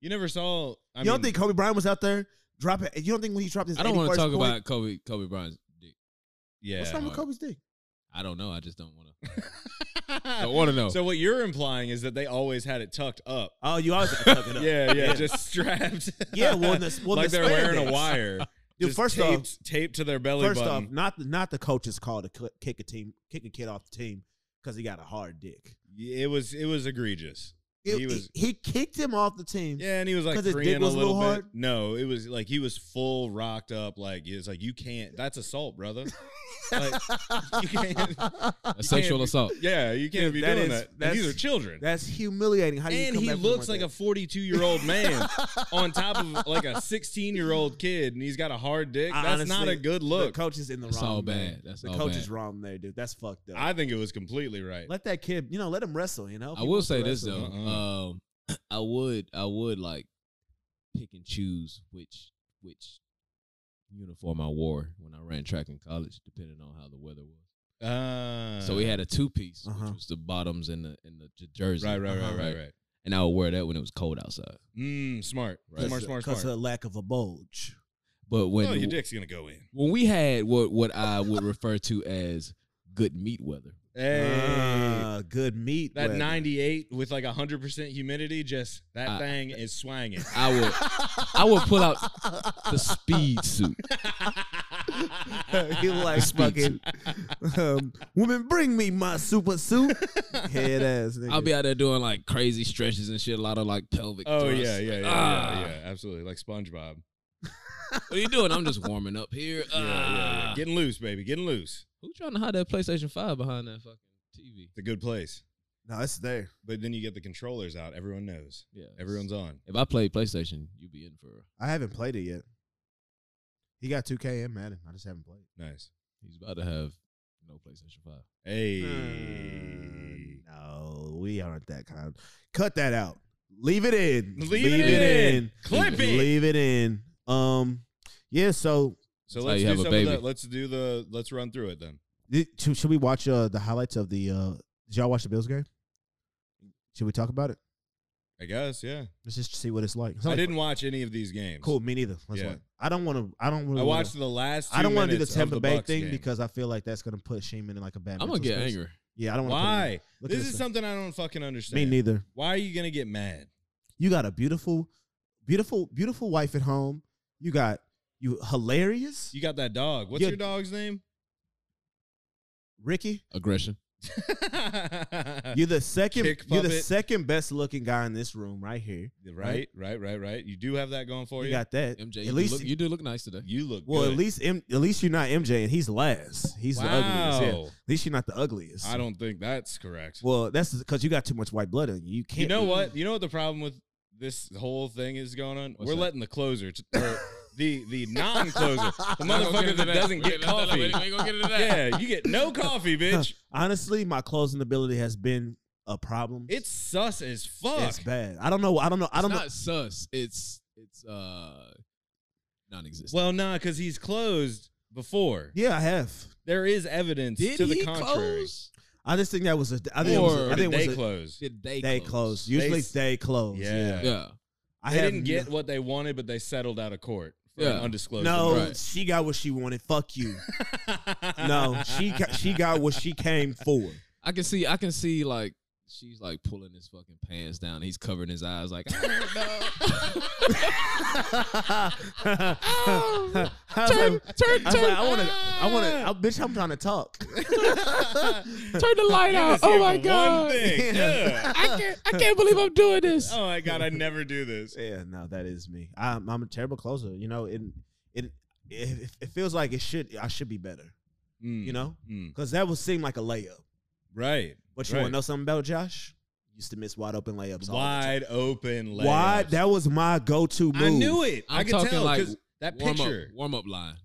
Speaker 2: You never saw. I
Speaker 1: you
Speaker 2: mean,
Speaker 1: don't think Kobe Bryant was out there dropping? You don't think when he dropped his?
Speaker 3: I don't want to
Speaker 1: 81st
Speaker 3: talk
Speaker 1: point-
Speaker 3: about Kobe Kobe Bryant's dick.
Speaker 2: Yeah. Oh.
Speaker 1: What's wrong with
Speaker 3: uh,
Speaker 1: Kobe's dick?
Speaker 3: I don't know. I just don't want to. I want to know.
Speaker 2: So what you're implying is that they always had it tucked up.
Speaker 1: Oh, you always gotta tuck it up.
Speaker 2: Yeah, yeah,
Speaker 1: Yeah.
Speaker 2: just strapped.
Speaker 1: Yeah, well, the- well,
Speaker 2: like
Speaker 1: the
Speaker 2: they're wearing
Speaker 1: spandex.
Speaker 2: a wire.
Speaker 1: Dude,
Speaker 2: Just
Speaker 1: first
Speaker 2: taped,
Speaker 1: off,
Speaker 2: taped to their belly
Speaker 1: first off,
Speaker 2: button.
Speaker 1: not the, not the coaches called to cl- kick a team, kick a kid off the team because he got a hard dick.
Speaker 2: It was it was egregious.
Speaker 1: It-
Speaker 2: He
Speaker 1: he,
Speaker 2: was-
Speaker 1: he kicked him off the team.
Speaker 2: Yeah, and he was like
Speaker 1: 'Cause his dick
Speaker 2: freeing a
Speaker 1: was a
Speaker 2: little,
Speaker 1: little
Speaker 2: bit.
Speaker 1: hard?
Speaker 2: No, it was like he was full rocked up. Like it's like you can't. That's assault, brother. Like, you can't-
Speaker 3: That's sexual
Speaker 2: be-
Speaker 3: assault.
Speaker 2: yeah, you can't
Speaker 1: Dude,
Speaker 2: be
Speaker 1: that
Speaker 2: doing
Speaker 1: is-
Speaker 2: that. And
Speaker 1: that's-
Speaker 2: These are children.
Speaker 1: That's humiliating. How do you
Speaker 2: and
Speaker 1: come
Speaker 2: he
Speaker 1: back from
Speaker 2: looks like,
Speaker 1: like,
Speaker 2: a 42 year old man on top of like a 16 year old kid, and he's got a hard dick.
Speaker 1: I
Speaker 2: That's not
Speaker 1: honestly-
Speaker 2: a good
Speaker 1: look. The
Speaker 2: look.
Speaker 1: coach is in the
Speaker 3: That's
Speaker 1: wrong.
Speaker 3: all
Speaker 1: man.
Speaker 3: bad. That's
Speaker 1: the
Speaker 3: all
Speaker 1: coach
Speaker 3: bad.
Speaker 1: is wrong there, dude. That's fucked up.
Speaker 2: I think it was completely right.
Speaker 1: let that kid, you know, let him wrestle. You know,
Speaker 3: I
Speaker 1: He
Speaker 3: will
Speaker 1: wants to
Speaker 3: say this
Speaker 1: wrestle. uh-huh.
Speaker 3: though.
Speaker 2: Uh-uh.
Speaker 3: Um, I would I would like pick and choose which which uniform I wore when I ran track in college, depending on how the weather was.
Speaker 2: Uh,
Speaker 3: So we had a two piece,
Speaker 1: Uh-huh.
Speaker 3: which was the bottoms and the and the j- jersey.
Speaker 2: right, right, right,
Speaker 3: Uh-huh.
Speaker 2: right, right.
Speaker 3: And I would wear that when it was cold outside.
Speaker 2: Mm, smart,
Speaker 3: Right.
Speaker 2: smart, smart,
Speaker 1: because of
Speaker 2: smart.
Speaker 1: the lack of a bulge.
Speaker 3: But when
Speaker 2: Oh, your dick's gonna go in.
Speaker 3: when we had what what I would refer to as good meat weather,
Speaker 1: Uh,
Speaker 2: Hey.
Speaker 1: Ah, good meat.
Speaker 2: that
Speaker 1: weather.
Speaker 2: 98 with like 100% humidity, just that
Speaker 3: I-
Speaker 2: thing is swanging.
Speaker 3: I would I would pull out the speed suit.
Speaker 1: he like fucking um, woman. Bring me my super suit. Head ass. Nigga.
Speaker 3: I'll be out there doing like crazy stretches and shit, a lot of like pelvic.
Speaker 2: Oh
Speaker 3: thrusts.
Speaker 2: yeah, yeah, yeah,
Speaker 3: Ah.
Speaker 2: yeah, yeah, absolutely. Like SpongeBob.
Speaker 3: What are you doing? I'm just warming up here.
Speaker 2: Yeah, yeah, yeah.
Speaker 3: Ah.
Speaker 2: Getting loose, baby. Getting loose.
Speaker 3: Who trying to hide that PlayStation Five behind that fucking TV?
Speaker 2: It's a good place.
Speaker 1: no, it's there.
Speaker 2: But then you get the controllers out. Everyone knows.
Speaker 3: Yeah, it's-
Speaker 2: Everyone's on.
Speaker 3: If I play PlayStation, you be in for.
Speaker 1: I haven't played it yet. He got 2K and Madden. I just haven't played.
Speaker 2: Nice.
Speaker 3: He's about to have no PlayStation Five.
Speaker 2: Hey.
Speaker 1: Hmm. Mm, no, we aren't that kind. Cut that out. Leave it in.
Speaker 2: Leave it in. Clip it.
Speaker 1: Leave it in. Um, yeah. So
Speaker 2: So
Speaker 3: That's how
Speaker 2: let's
Speaker 3: you
Speaker 2: do
Speaker 3: have a
Speaker 2: some of the,
Speaker 3: baby.
Speaker 2: let's do the let's run through it then.
Speaker 1: Did, should should we watch uh, the highlights of the? Uh, did y'all watch the Bills game? Should we talk about it?
Speaker 2: I guess, yeah.
Speaker 1: Let's just see what it's like. It's
Speaker 2: I
Speaker 1: only-
Speaker 2: didn't watch any of these games.
Speaker 1: Cool. Me neither. Let's
Speaker 2: Yeah.
Speaker 1: watch. I don't want to. I don't. Really
Speaker 2: I
Speaker 1: wanna-
Speaker 2: watched the last.
Speaker 1: I don't
Speaker 2: want to
Speaker 1: do the Tampa Bay
Speaker 2: Bucks
Speaker 1: thing
Speaker 2: game.
Speaker 1: because I feel like that's gonna put Sheeman in like a bad.
Speaker 3: I'm gonna
Speaker 1: mental
Speaker 3: get
Speaker 1: space.
Speaker 3: angry.
Speaker 1: Yeah, I don't. wanna put him in.
Speaker 2: why?
Speaker 1: Look at
Speaker 2: this is
Speaker 1: thing.
Speaker 2: something I don't fucking understand.
Speaker 1: Me neither.
Speaker 2: Why are you gonna get mad?
Speaker 1: You got a beautiful, beautiful, beautiful wife at home. You got you hilarious
Speaker 2: You got that dog. What's
Speaker 1: Yeah.
Speaker 2: your dog's name?
Speaker 1: Ricky.
Speaker 3: Aggression.
Speaker 1: You're the second.
Speaker 2: Kick
Speaker 1: You're the
Speaker 2: puppet.
Speaker 1: second best looking guy in this room right here.
Speaker 2: right, right, right, right. You do have that going for
Speaker 1: You
Speaker 2: you.
Speaker 1: got that.
Speaker 3: MJ,
Speaker 1: at
Speaker 3: you,
Speaker 1: least
Speaker 3: do look, you do look nice today.
Speaker 2: you look
Speaker 1: Well,
Speaker 2: good.
Speaker 1: at least M- at least you're not MJ and he's last. He's the ugliest. Yeah. At
Speaker 2: Wow.
Speaker 1: least you're not the ugliest.
Speaker 2: I don't think that's correct.
Speaker 1: Well, that's because you got too much white blood in you. You can't.
Speaker 2: you know
Speaker 1: be-
Speaker 2: what? You know what the problem with this whole thing is going on?
Speaker 3: What's
Speaker 2: We're
Speaker 3: that?
Speaker 2: letting the closer, t- or the the non closer, the motherfucker that doesn't get coffee. Yeah, you get no coffee, bitch.
Speaker 1: Honestly, my closing ability has been a problem.
Speaker 2: It's sus as fuck.
Speaker 1: It's bad. I don't know. I don't know. I don't
Speaker 3: it's
Speaker 1: know.
Speaker 3: not sus. It's it's uh non-existent.
Speaker 2: Well, nah, because he's closed before.
Speaker 1: Yeah, I have.
Speaker 2: There is evidence
Speaker 3: did
Speaker 2: to the
Speaker 3: he
Speaker 2: contrary.
Speaker 3: close?
Speaker 1: I just think that was a. I think it was. A,
Speaker 3: Or
Speaker 1: I think
Speaker 2: Or did
Speaker 1: it
Speaker 2: they
Speaker 1: was a,
Speaker 2: close?
Speaker 3: Did they
Speaker 1: they
Speaker 3: close?
Speaker 1: close. Usually
Speaker 2: They-
Speaker 1: they close.
Speaker 2: Yeah.
Speaker 1: Yeah.
Speaker 3: Yeah.
Speaker 1: I
Speaker 2: they
Speaker 1: have
Speaker 2: didn't get
Speaker 1: no-
Speaker 2: what they wanted, but they settled out of court for
Speaker 3: Yeah.
Speaker 2: an undisclosed.
Speaker 1: No,
Speaker 3: Right.
Speaker 1: she got what she wanted. Fuck you.
Speaker 2: amount.
Speaker 1: No, she ca- she got what she came for.
Speaker 3: I can see. I can see like she's like pulling his fucking pants down. He's covering his eyes like. "Ah." I don't know.
Speaker 1: I was like,
Speaker 3: turn,
Speaker 1: I was like, I want to, I want to, bitch, I'm trying to talk.
Speaker 3: turn the light
Speaker 2: You just gave her One thing.
Speaker 1: Yeah.
Speaker 2: Ugh.
Speaker 3: can't. I can't believe I'm doing this.
Speaker 2: Oh my god, I never do this.
Speaker 1: Yeah, no, that is me. I'm, I'm a terrible closer. You know, it, it, it, it feels like it should, I should be better.
Speaker 2: Mm,
Speaker 1: You know,
Speaker 2: mm.
Speaker 1: because that would seem like a layup.
Speaker 2: right?
Speaker 1: But you
Speaker 2: Right.
Speaker 1: want to know something about Josh? Used to miss wide open layups. Why?
Speaker 2: Wide open. Layups.
Speaker 1: Why? That was my go-to move.
Speaker 2: I knew it. i
Speaker 3: I'm
Speaker 2: could
Speaker 3: talking
Speaker 2: tell
Speaker 3: like
Speaker 2: 'cause that
Speaker 3: warm
Speaker 2: picture.
Speaker 3: Up, warm up line.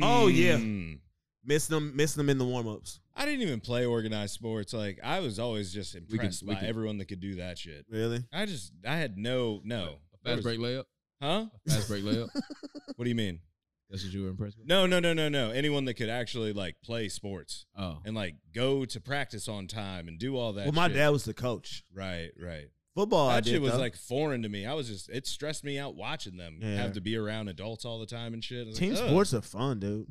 Speaker 1: Oh, yeah.
Speaker 2: Mm.
Speaker 1: Missing them, missing them in the warm-ups.
Speaker 2: I didn't even play organized sports. Like I was always just impressed
Speaker 3: we
Speaker 2: by
Speaker 3: could-
Speaker 2: everyone that could do that shit.
Speaker 1: Really?
Speaker 2: I just I had no no. There
Speaker 3: Fast
Speaker 2: was-
Speaker 3: break layup.
Speaker 2: Huh?
Speaker 3: Fast break layup.
Speaker 2: What do you mean?
Speaker 3: That's what you were impressed with.
Speaker 2: No, no, no, no, no. Anyone that could actually like play sports
Speaker 3: Oh,
Speaker 2: and like go to practice on time and do all that.
Speaker 1: well, my
Speaker 2: shit.
Speaker 1: dad was the coach.
Speaker 2: Right, right.
Speaker 1: Football, Oh, I
Speaker 2: that
Speaker 1: did,
Speaker 2: shit was
Speaker 1: though.
Speaker 2: like foreign to me. I was just it stressed me out watching them
Speaker 1: Yeah.
Speaker 2: have to be around adults all the time and shit. I was
Speaker 1: team
Speaker 2: like, "Ugh."
Speaker 1: sports are fun, dude.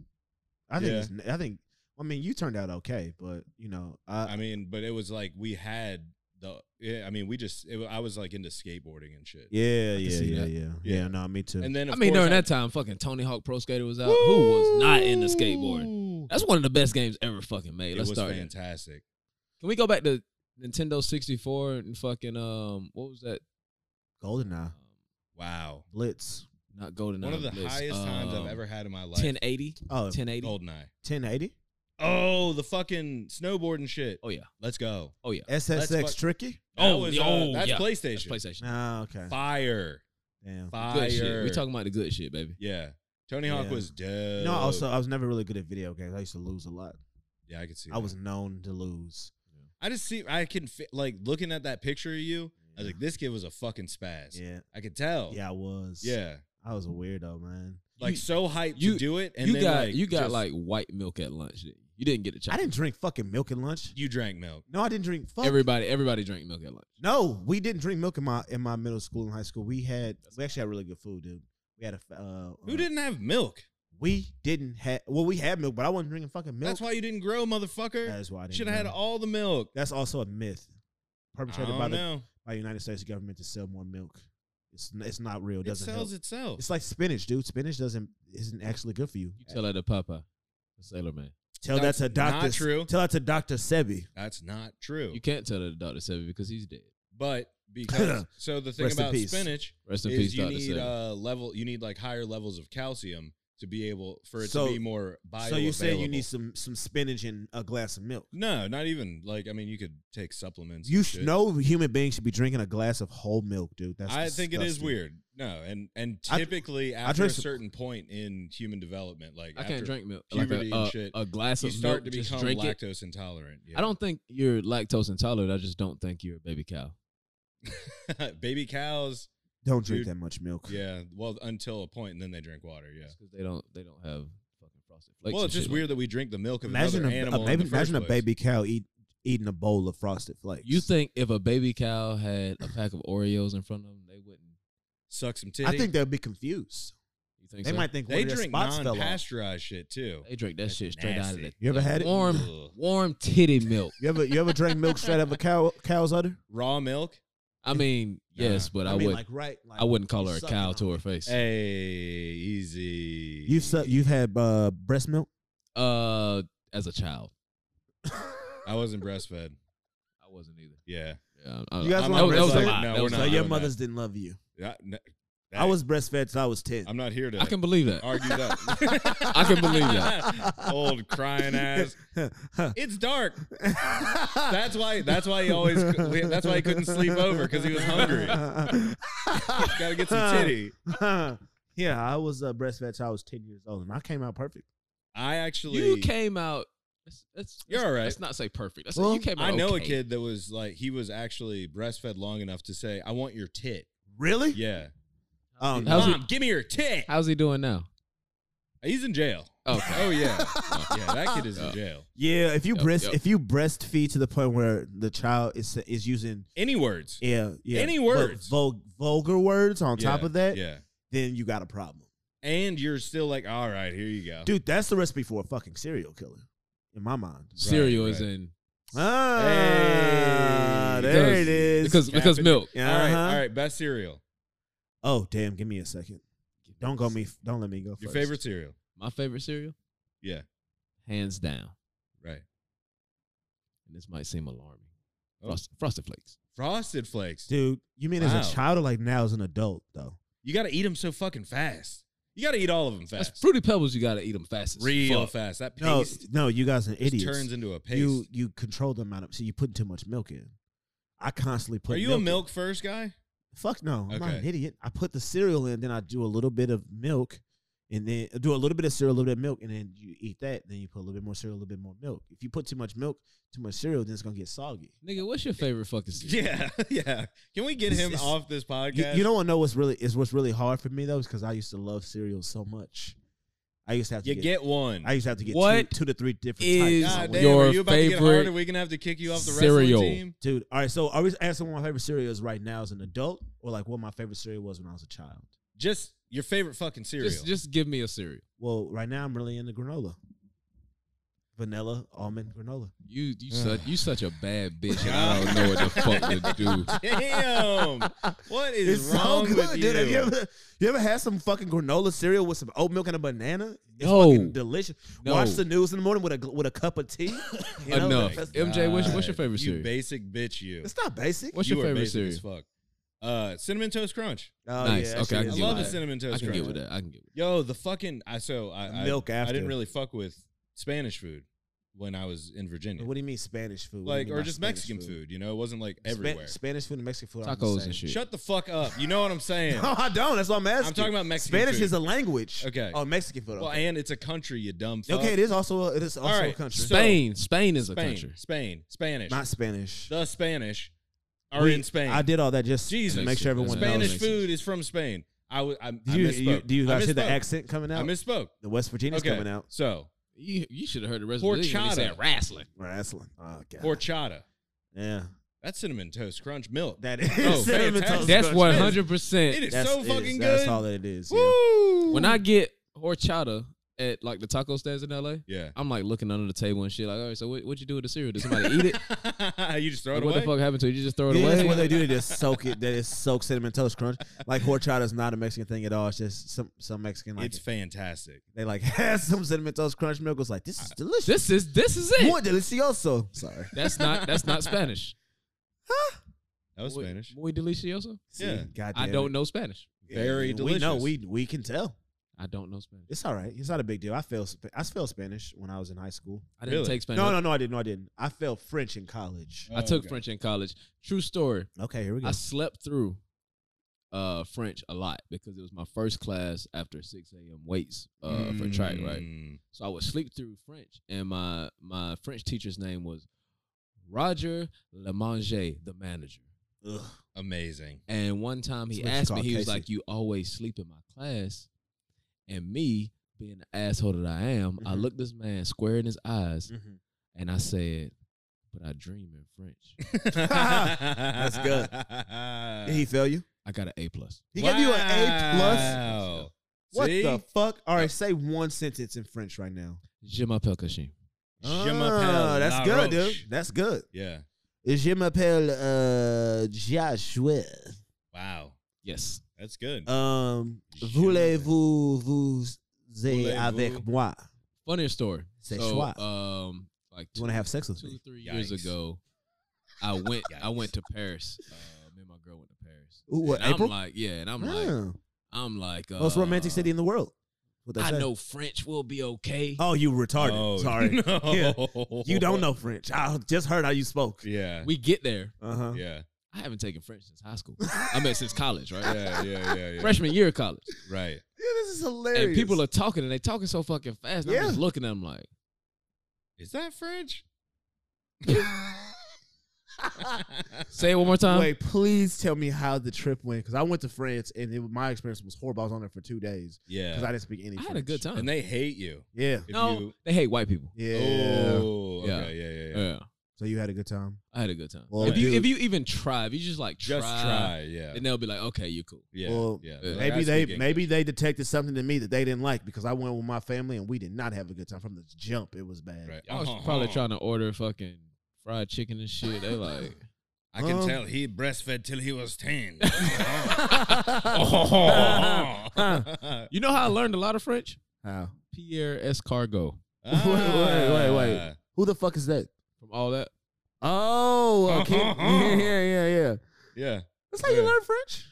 Speaker 1: I think.
Speaker 2: Yeah.
Speaker 1: It's, I think. I mean, you turned out okay, but you know, I,
Speaker 2: I mean, but it was like we had the. Yeah, I mean, we just. It, wa- I was like into skateboarding and shit.
Speaker 1: yeah, yeah,
Speaker 3: see
Speaker 1: yeah,
Speaker 3: that.
Speaker 1: yeah,
Speaker 2: Yeah.
Speaker 1: yeah, No, me too.
Speaker 2: And then
Speaker 3: I
Speaker 2: of
Speaker 3: mean
Speaker 2: course,
Speaker 3: during that time, fucking Tony Hawk Pro Skater was out. Who was not in the skateboard? That's one of the best games ever fucking made.
Speaker 2: It
Speaker 3: Let's
Speaker 2: was
Speaker 3: start. there.
Speaker 2: fantastic.
Speaker 3: Can we go back to Nintendo 64 and fucking um what was that? Um,
Speaker 1: Goldeneye,
Speaker 2: Wow.
Speaker 1: Blitz.
Speaker 3: Not golden. Um,
Speaker 2: One of the highest times I've ever had in my life.
Speaker 3: 1080,
Speaker 1: Oh,
Speaker 3: 1080.
Speaker 2: Goldeneye.
Speaker 1: 1080?
Speaker 2: Oh, the fucking snowboard and shit.
Speaker 3: Oh yeah,
Speaker 2: Let's go.
Speaker 3: oh yeah.
Speaker 1: SSX
Speaker 2: fuck-
Speaker 1: tricky.
Speaker 2: That
Speaker 3: Oh,
Speaker 2: was,
Speaker 3: the-
Speaker 2: uh,
Speaker 3: oh,
Speaker 2: that's
Speaker 3: yeah. That's
Speaker 2: PlayStation.
Speaker 3: PlayStation.
Speaker 1: Ah, okay.
Speaker 2: Fire.
Speaker 1: Damn.
Speaker 2: Fire.
Speaker 3: Good shit. We talking about the good shit, baby.
Speaker 2: Yeah. Tony Hawk
Speaker 1: Yeah.
Speaker 2: was dope.
Speaker 1: No, also I was uh, never really good at video games. I used to lose a lot.
Speaker 2: Yeah, I could see.
Speaker 1: I
Speaker 2: that.
Speaker 1: was known to lose.
Speaker 2: I just see. I can fi- like looking at that picture of you. I was like, this kid was a fucking spaz.
Speaker 1: Yeah,
Speaker 2: I could tell.
Speaker 1: yeah, I was.
Speaker 2: Yeah.
Speaker 1: I was a weirdo, man.
Speaker 2: Like
Speaker 3: You-
Speaker 2: so hyped
Speaker 3: you-
Speaker 2: to do it, and
Speaker 3: you
Speaker 2: then
Speaker 3: got
Speaker 2: like
Speaker 3: you got
Speaker 2: just-
Speaker 3: like white milk at lunch. didn't you? You didn't get a
Speaker 1: I
Speaker 3: chocolate.
Speaker 1: didn't drink fucking milk at lunch.
Speaker 2: you drank milk.
Speaker 1: No, I didn't drink. Fuck.
Speaker 3: Everybody everybody drank milk at lunch.
Speaker 1: No, we didn't drink milk in my in my middle school and high school. We had we actually had really good food, dude. We had a f- uh,
Speaker 2: Who
Speaker 1: uh,
Speaker 2: didn't have milk?
Speaker 1: We didn't have well, we had milk, but I wasn't drinking fucking milk.
Speaker 2: That's why you didn't grow, motherfucker.
Speaker 1: That's why I didn't
Speaker 2: Should have had
Speaker 1: drink.
Speaker 2: all the milk.
Speaker 1: That's also a myth
Speaker 2: I
Speaker 1: perpetrated by
Speaker 2: don't
Speaker 1: the
Speaker 2: know.
Speaker 1: by the United States government to sell more milk. It's n- it's not real. It
Speaker 2: It
Speaker 1: doesn't
Speaker 2: sells
Speaker 1: help.
Speaker 2: itself.
Speaker 1: It's like spinach, dude. Spinach doesn't isn't actually good for you.
Speaker 3: You tell that to Papa, the Sailor Man.
Speaker 1: Tell that
Speaker 2: That's
Speaker 1: to
Speaker 2: not
Speaker 1: doctor.
Speaker 2: true.
Speaker 1: Tell that to Doctor Sebi.
Speaker 2: That's not true.
Speaker 3: You can't tell that to Doctor Sebi because he's dead.
Speaker 2: But because so the thing
Speaker 1: Rest in
Speaker 2: about
Speaker 1: peace.
Speaker 2: spinach
Speaker 3: Rest in
Speaker 2: is
Speaker 3: peace,
Speaker 2: you
Speaker 3: Doctor
Speaker 2: need
Speaker 3: Sebi.
Speaker 2: uh level you need like higher levels of calcium to be able for it
Speaker 1: So-
Speaker 2: to be more bioavailable.
Speaker 1: So you say you need some some spinach and a glass of milk.
Speaker 2: No, not even like I mean you could take supplements.
Speaker 1: You
Speaker 2: and
Speaker 1: sh-
Speaker 2: shit.
Speaker 1: no human being should be drinking a glass of whole milk, dude. That's
Speaker 2: I think it is
Speaker 1: disgusting.
Speaker 2: weird. No, and and
Speaker 1: I-
Speaker 2: typically after a
Speaker 1: drink some-
Speaker 2: certain point in human development, like
Speaker 3: I can't
Speaker 2: after
Speaker 3: drink milk. Like
Speaker 2: puberty
Speaker 3: a,
Speaker 2: and
Speaker 3: a-
Speaker 2: shit,
Speaker 3: a glass
Speaker 2: you
Speaker 3: of
Speaker 2: start
Speaker 3: milk,
Speaker 2: to
Speaker 3: just
Speaker 2: become
Speaker 3: drink it.
Speaker 2: lactose intolerant. Yeah.
Speaker 3: I don't think you're lactose intolerant. I just don't think you're a baby cow.
Speaker 2: baby cows.
Speaker 1: Don't drink
Speaker 2: Dude.
Speaker 1: that much milk.
Speaker 2: Yeah, well, until a point, and then they drink water. Yeah.
Speaker 3: because they don't they don't have fucking frosted flakes.
Speaker 2: Well,
Speaker 3: and
Speaker 2: it's just
Speaker 3: shit like
Speaker 2: weird that we drink the milk of
Speaker 1: Imagine
Speaker 2: another
Speaker 1: a,
Speaker 2: animal.
Speaker 1: a
Speaker 2: in
Speaker 1: baby,
Speaker 2: the first
Speaker 1: imagine a
Speaker 2: place.
Speaker 1: baby cow eat, eating a bowl of frosted flakes.
Speaker 3: that. You think if a baby cow had a pack of Oreos in front of them, they wouldn't?
Speaker 2: suck some titty.
Speaker 1: I think they'll be confused.
Speaker 3: You think
Speaker 1: They
Speaker 3: so?
Speaker 1: might think one
Speaker 2: they
Speaker 1: of their
Speaker 2: drink
Speaker 1: spots fell off.
Speaker 2: non-pasteurized shit too.
Speaker 3: They drink that
Speaker 2: That's
Speaker 3: shit straight out of the
Speaker 2: nasty.
Speaker 1: You ever
Speaker 3: the
Speaker 1: had it?
Speaker 3: warm
Speaker 2: Ugh.
Speaker 3: warm titty milk.
Speaker 1: You ever you ever drank milk straight out of a cow cow's udder?
Speaker 2: Raw milk.
Speaker 3: I mean, yes, but I,
Speaker 1: mean,
Speaker 3: would
Speaker 1: like right. Like,
Speaker 3: I wouldn't call
Speaker 1: you
Speaker 3: her a
Speaker 1: sucking
Speaker 3: cow
Speaker 1: on
Speaker 3: to
Speaker 1: it.
Speaker 3: her face.
Speaker 2: Hey, easy.
Speaker 1: You've su- you've had uh, breast milk.
Speaker 3: Uh, as a child,
Speaker 2: I wasn't breastfed.
Speaker 3: I wasn't either.
Speaker 2: Yeah.
Speaker 3: Yeah, I,
Speaker 1: You guys
Speaker 3: I'm-
Speaker 1: want
Speaker 3: that was, that
Speaker 1: breastfed?
Speaker 3: was a lie.
Speaker 2: No,
Speaker 3: That
Speaker 2: we're
Speaker 3: was a
Speaker 1: so
Speaker 2: not
Speaker 3: lie.
Speaker 2: doing
Speaker 1: your
Speaker 2: that.
Speaker 1: mothers didn't love you.
Speaker 2: Yeah, n-
Speaker 1: I was breastfed till I was ten.
Speaker 2: I'm not here to
Speaker 3: I can believe that.
Speaker 2: argue that.
Speaker 3: I can believe that.
Speaker 2: Old crying ass. It's dark. That's why. That's why he always. That's why he couldn't sleep over because he was hungry. Got to get some titty.
Speaker 1: yeah, I was uh, breastfed till I was ten years old, and I came out perfect.
Speaker 2: I actually.
Speaker 3: You came out. That's, that's,
Speaker 2: You're all right.
Speaker 3: Let's not say perfect. Let's
Speaker 1: Well,
Speaker 3: say you came out.
Speaker 2: I know a
Speaker 3: okay.
Speaker 2: kid that was like he was actually breastfed long enough to say, "I want your tit."
Speaker 1: Really?
Speaker 2: Yeah,
Speaker 1: Um,
Speaker 3: How's
Speaker 2: mom, give me your tit.
Speaker 3: How's he doing now?
Speaker 2: He's in jail.
Speaker 3: Okay.
Speaker 2: Oh yeah, yeah. That kid is in
Speaker 1: Oh.
Speaker 3: Yeah.
Speaker 2: jail.
Speaker 1: yeah, if you
Speaker 3: Yep,
Speaker 1: breast
Speaker 3: yep.
Speaker 1: if you breastfeed to the point where the child is is using
Speaker 2: Any words?
Speaker 1: yeah yeah
Speaker 2: Any
Speaker 1: but
Speaker 2: words.
Speaker 1: vul- vulgar words on top
Speaker 2: Yeah,
Speaker 1: of that,
Speaker 2: yeah.
Speaker 1: then you got a problem.
Speaker 2: And you're still like, all right, here you go.
Speaker 1: Dude, that's the recipe for a fucking serial killer, in my mind.
Speaker 3: Cereal is
Speaker 2: right.
Speaker 3: in
Speaker 1: Ah,
Speaker 2: Hey.
Speaker 1: there
Speaker 3: Because-
Speaker 1: it is.
Speaker 3: because because
Speaker 2: Caffeine.
Speaker 3: milk.
Speaker 2: All right,
Speaker 1: Uh-huh.
Speaker 2: all right. Best cereal.
Speaker 1: Oh damn! Give me a second. Don't go me. Don't let me go.
Speaker 2: Your
Speaker 1: first.
Speaker 2: favorite cereal?
Speaker 3: My favorite cereal,
Speaker 2: Yeah.
Speaker 3: hands down.
Speaker 2: Right.
Speaker 3: And this might seem alarming.
Speaker 2: Oh.
Speaker 3: Frost, Frosted Flakes.
Speaker 2: Frosted Flakes.
Speaker 1: dude. You mean as
Speaker 2: Wow.
Speaker 1: a child or like now as an adult though?
Speaker 2: You got to eat them so fucking fast. You got to eat all of them fast.
Speaker 3: That's fruity pebbles. You gotta eat them fast. as
Speaker 2: Real
Speaker 3: fuck.
Speaker 2: fast. That
Speaker 1: No,
Speaker 2: paste
Speaker 1: no, you guys are
Speaker 2: just
Speaker 1: idiots.
Speaker 2: turns into a paste.
Speaker 1: you you control the amount of so you putting too much milk in. I constantly put.
Speaker 2: Are you
Speaker 1: milk
Speaker 2: a
Speaker 1: in.
Speaker 2: milk first guy?
Speaker 1: Fuck no, I'm not
Speaker 2: Okay.
Speaker 1: an idiot. I put the cereal in, then I do a little bit of milk, and then uh, do a little bit of cereal, a little bit of milk, and then you eat that. Then you put a little bit more cereal, a little bit more milk. If you put too much milk, too much cereal, then it's gonna get soggy.
Speaker 3: Nigga, what's your favorite fucking cereal?
Speaker 2: Yeah, yeah. Can we get
Speaker 1: It's-
Speaker 2: him
Speaker 1: it's-
Speaker 2: off this
Speaker 1: You,
Speaker 2: podcast?
Speaker 1: you don't want to know what's really is what's really hard for me though, is because I used to love cereal so much. I used to have to
Speaker 2: you get one.
Speaker 1: I used to have to get
Speaker 3: What
Speaker 1: two, two to three different
Speaker 3: is-
Speaker 1: types.
Speaker 2: God
Speaker 1: of
Speaker 2: damn,
Speaker 1: milk.
Speaker 3: Your
Speaker 2: are you about to get hard
Speaker 3: favorite
Speaker 2: and we gonna have to kick you off the
Speaker 3: cereal.
Speaker 2: wrestling team?
Speaker 1: Dude, all right. So are we asking what my favorite cereal is right now as an adult, or like what my favorite cereal was when I was a child?
Speaker 2: Just your favorite fucking cereal.
Speaker 3: Just just give me a cereal.
Speaker 1: Well, right now I'm really into granola, vanilla almond granola.
Speaker 3: You you such you such a bad bitch. And I don't know what the fuck to do.
Speaker 2: Damn. What is
Speaker 1: it's
Speaker 2: wrong
Speaker 1: so
Speaker 2: with
Speaker 1: good, dude. Have you ever you ever had some fucking granola cereal with some oat milk and a banana? It's
Speaker 3: No.
Speaker 1: fucking delicious.
Speaker 3: No.
Speaker 1: Watch the news in the morning with a gl- with a cup of tea. You know,
Speaker 3: Enough.
Speaker 1: that's-
Speaker 3: MJ, what's- what's your favorite
Speaker 2: you
Speaker 3: cereal?
Speaker 2: basic bitch, you.
Speaker 1: It's not basic.
Speaker 3: What's
Speaker 2: You
Speaker 3: your
Speaker 2: are
Speaker 3: favorite
Speaker 2: basic
Speaker 3: cereal?
Speaker 2: as fuck. Uh, cinnamon toast crunch.
Speaker 1: Oh,
Speaker 3: Nice.
Speaker 1: that
Speaker 3: Okay,
Speaker 1: shit
Speaker 3: I
Speaker 2: I
Speaker 3: can
Speaker 1: is
Speaker 3: get
Speaker 2: love
Speaker 1: fire.
Speaker 2: a
Speaker 3: with that.
Speaker 2: cinnamon toast
Speaker 3: I can
Speaker 2: crunch.
Speaker 3: get with that. I can get with
Speaker 2: Yo, the fucking I so I, I
Speaker 1: Milk
Speaker 2: I
Speaker 1: after.
Speaker 2: didn't really fuck with Spanish food when I was in Virginia,
Speaker 1: What do you mean Spanish food? What do you
Speaker 2: like
Speaker 1: mean
Speaker 2: or
Speaker 1: by
Speaker 2: just
Speaker 1: Spanish
Speaker 2: Mexican food. You know, it wasn't like
Speaker 1: Spa-
Speaker 2: everywhere.
Speaker 1: Spanish food and Mexican food
Speaker 3: that.
Speaker 1: aren't the
Speaker 3: Tacos
Speaker 1: same.
Speaker 3: and shit.
Speaker 2: Shut the fuck up. You know what I'm saying?
Speaker 1: No, I don't. That's what I'm asking.
Speaker 2: talking about Mexican
Speaker 1: Spanish
Speaker 2: food.
Speaker 1: is a language.
Speaker 2: Okay.
Speaker 1: Oh, Mexican food.
Speaker 2: well,
Speaker 1: Okay.
Speaker 2: and it's a country, you dumb fuck.
Speaker 1: okay, it is also a, it is also a
Speaker 2: right,
Speaker 1: country.
Speaker 2: so-
Speaker 3: Spain. Spain is a
Speaker 2: Spain,
Speaker 3: country.
Speaker 2: Spain, Spanish.
Speaker 1: Not Spanish.
Speaker 2: the Spanish are
Speaker 1: We-
Speaker 2: in Spain.
Speaker 1: I did all that just
Speaker 2: Jesus.
Speaker 1: to make sure everyone
Speaker 2: Spanish
Speaker 1: knows.
Speaker 3: makes sense.
Speaker 2: food is from Spain. I was. I,
Speaker 1: Do you,
Speaker 2: I misspoke.
Speaker 1: you- do you
Speaker 2: I
Speaker 1: guys hear the
Speaker 2: misspoke.
Speaker 1: accent coming
Speaker 2: I
Speaker 1: out?
Speaker 2: misspoke.
Speaker 1: the West Virginia's
Speaker 2: okay.
Speaker 1: coming out.
Speaker 2: So
Speaker 3: You you should have heard the rest of the video when they said
Speaker 2: Horchata.
Speaker 3: wrestling.
Speaker 1: Wrestling. Oh, God.
Speaker 2: horchata.
Speaker 1: yeah.
Speaker 2: That's cinnamon toast crunch milk.
Speaker 1: That is.
Speaker 2: Oh,
Speaker 1: cinnamon
Speaker 2: fantastic.
Speaker 1: toast
Speaker 3: That's
Speaker 1: crunch.
Speaker 3: one hundred percent.
Speaker 2: it is
Speaker 1: That's
Speaker 2: so
Speaker 1: it is.
Speaker 2: fucking good.
Speaker 1: That's all that it is. yeah.
Speaker 2: Woo!
Speaker 3: When I get horchata at like the taco stands in LA,
Speaker 2: Yeah.
Speaker 3: I'm like looking under the table and shit. Like, all right, so what what you do with the cereal? Did somebody eat it?
Speaker 2: you just throw
Speaker 3: Like,
Speaker 2: it
Speaker 3: what
Speaker 2: away.
Speaker 3: the fuck happened to it? You just throw it
Speaker 1: Yeah, that's
Speaker 3: away?
Speaker 1: what they do. They just soak it. They just soak cinnamon toast crunch. Like horchata is not a Mexican thing at all. It's just some some Mexican like
Speaker 2: It's fantastic.
Speaker 1: they like has some cinnamon toast crunch milk. It's like this is delicious.
Speaker 3: This is this is it.
Speaker 1: Muy delicioso. Sorry.
Speaker 3: That's not that's not Spanish.
Speaker 2: That was
Speaker 3: Muy-
Speaker 2: Spanish.
Speaker 3: Muy delicioso.
Speaker 1: See,
Speaker 2: Yeah.
Speaker 1: God
Speaker 3: I
Speaker 1: damn
Speaker 3: don't
Speaker 1: it.
Speaker 3: know Spanish.
Speaker 2: Very
Speaker 1: We know.
Speaker 2: delicious.
Speaker 1: We we can tell.
Speaker 3: I don't know Spanish.
Speaker 1: It's all right. It's not a big deal. I failed. Sp- I failed Spanish when I was in high school.
Speaker 3: I didn't
Speaker 2: Really?
Speaker 3: take Spanish.
Speaker 1: No, no, no. I didn't. No, I didn't. I failed French in college.
Speaker 3: I
Speaker 2: Oh,
Speaker 3: took
Speaker 2: okay.
Speaker 3: French in college. True story.
Speaker 2: Oh.
Speaker 1: Okay, here we go.
Speaker 3: I slept through uh French a lot because it was my first class after 6 a.m. weights uh, for track, right?
Speaker 2: Mm.
Speaker 3: So I would sleep through French, and my my French teacher's name was Roger Lemanger, the manager.
Speaker 1: Ugh.
Speaker 2: Amazing.
Speaker 3: And one time he
Speaker 1: That's what you
Speaker 3: asked
Speaker 1: call
Speaker 3: me, he was
Speaker 1: Casey.
Speaker 3: like, "You always sleep in my class," and me being the asshole that I am, I
Speaker 1: Mhm.
Speaker 3: looked this man square in his eyes
Speaker 1: Mhm.
Speaker 2: Mm-hmm.
Speaker 3: and I said, "But I dream in French."
Speaker 1: That's good. Did he fail you?
Speaker 3: I got an A plus.
Speaker 1: He gave you an A plus.
Speaker 2: Wow.
Speaker 1: What
Speaker 2: See?
Speaker 1: the fuck? All right, say one sentence in French right now.
Speaker 3: Je m'appelle Kashim.
Speaker 2: Je m'appelle
Speaker 1: Ah, that's
Speaker 2: La
Speaker 1: good,
Speaker 2: Roche.
Speaker 1: dude. That's good.
Speaker 2: Yeah.
Speaker 1: Je m'appelle uh, Joshua.
Speaker 2: Wow.
Speaker 3: Yes.
Speaker 2: That's good.
Speaker 1: Um,
Speaker 2: Je
Speaker 1: voulez-vous vous
Speaker 2: Voulez-vous?
Speaker 1: êtes avec moi?
Speaker 3: Funnier story.
Speaker 1: C'est
Speaker 3: so,
Speaker 1: chouette.
Speaker 3: Um, like
Speaker 1: You want to have sex with
Speaker 3: two
Speaker 1: me?
Speaker 3: three years
Speaker 2: Yikes.
Speaker 3: ago, I went I
Speaker 2: Yikes.
Speaker 3: went to Paris. Uh, me and my girl went to Paris.
Speaker 1: Ooh, what,
Speaker 3: And
Speaker 1: April?
Speaker 3: I'm like, yeah, and I'm like,
Speaker 1: Oh,
Speaker 3: I'm like, uh,
Speaker 1: most romantic city in the world. What they
Speaker 3: I
Speaker 1: say.
Speaker 3: know French will be okay.
Speaker 1: Oh, you retarded.
Speaker 2: Oh,
Speaker 1: Sorry.
Speaker 2: no.
Speaker 1: You don't know French. I just heard how you spoke.
Speaker 2: Yeah.
Speaker 3: We get there.
Speaker 1: Uh huh.
Speaker 2: Yeah.
Speaker 3: I haven't taken French since high school. I mean, since college, right?
Speaker 2: Yeah. Yeah. Yeah. yeah.
Speaker 3: Freshman year of college,
Speaker 2: Right.
Speaker 1: Yeah, this is hilarious.
Speaker 3: and people are talking, and they talking so fucking fast. and I'm
Speaker 1: Yeah.
Speaker 3: just looking at them like,
Speaker 2: Is that French?
Speaker 3: say it one more time.
Speaker 1: Wait, please tell me how the trip went because I went to France and it, my experience was horrible. I was on there for two days because
Speaker 2: yeah.
Speaker 1: I didn't speak any.
Speaker 3: I had a
Speaker 1: French.
Speaker 3: good time.
Speaker 2: and they hate you.
Speaker 1: Yeah,
Speaker 2: If
Speaker 3: no,
Speaker 2: You,
Speaker 3: they hate white people.
Speaker 1: yeah.
Speaker 2: Oh.
Speaker 3: Yeah.
Speaker 2: Okay. Yeah. Yeah.
Speaker 3: Yeah.
Speaker 2: yeah.
Speaker 1: So you had a good time.
Speaker 3: I had a good time.
Speaker 1: Well,
Speaker 3: if you
Speaker 1: dude.
Speaker 3: if you even try, if you just like
Speaker 2: Just
Speaker 3: try,
Speaker 2: try. Yeah.
Speaker 3: then they'll be like, okay, you cool.
Speaker 2: Yeah.
Speaker 1: Well, uh,
Speaker 2: yeah.
Speaker 1: maybe
Speaker 2: Like, I
Speaker 3: maybe
Speaker 1: they
Speaker 2: speak
Speaker 1: maybe
Speaker 2: English.
Speaker 1: they detected something in me that they didn't like because I went with my family and we did not have a good time from the jump. It was bad.
Speaker 2: Right.
Speaker 3: I was
Speaker 2: Uh-huh.
Speaker 3: probably trying to order fucking fried chicken and shit. They like,
Speaker 2: I can
Speaker 1: Um,
Speaker 2: tell he breastfed till he was ten. Oh.
Speaker 3: you know how I learned a lot of French?
Speaker 1: How?
Speaker 3: Pierre Escargot
Speaker 1: Wait, wait, wait,
Speaker 2: Ah.
Speaker 1: wait. Who the fuck is that?
Speaker 3: from all that.
Speaker 1: Oh, okay. yeah, yeah, yeah, yeah.
Speaker 2: Yeah.
Speaker 1: That's how you
Speaker 2: Yeah.
Speaker 1: learn French.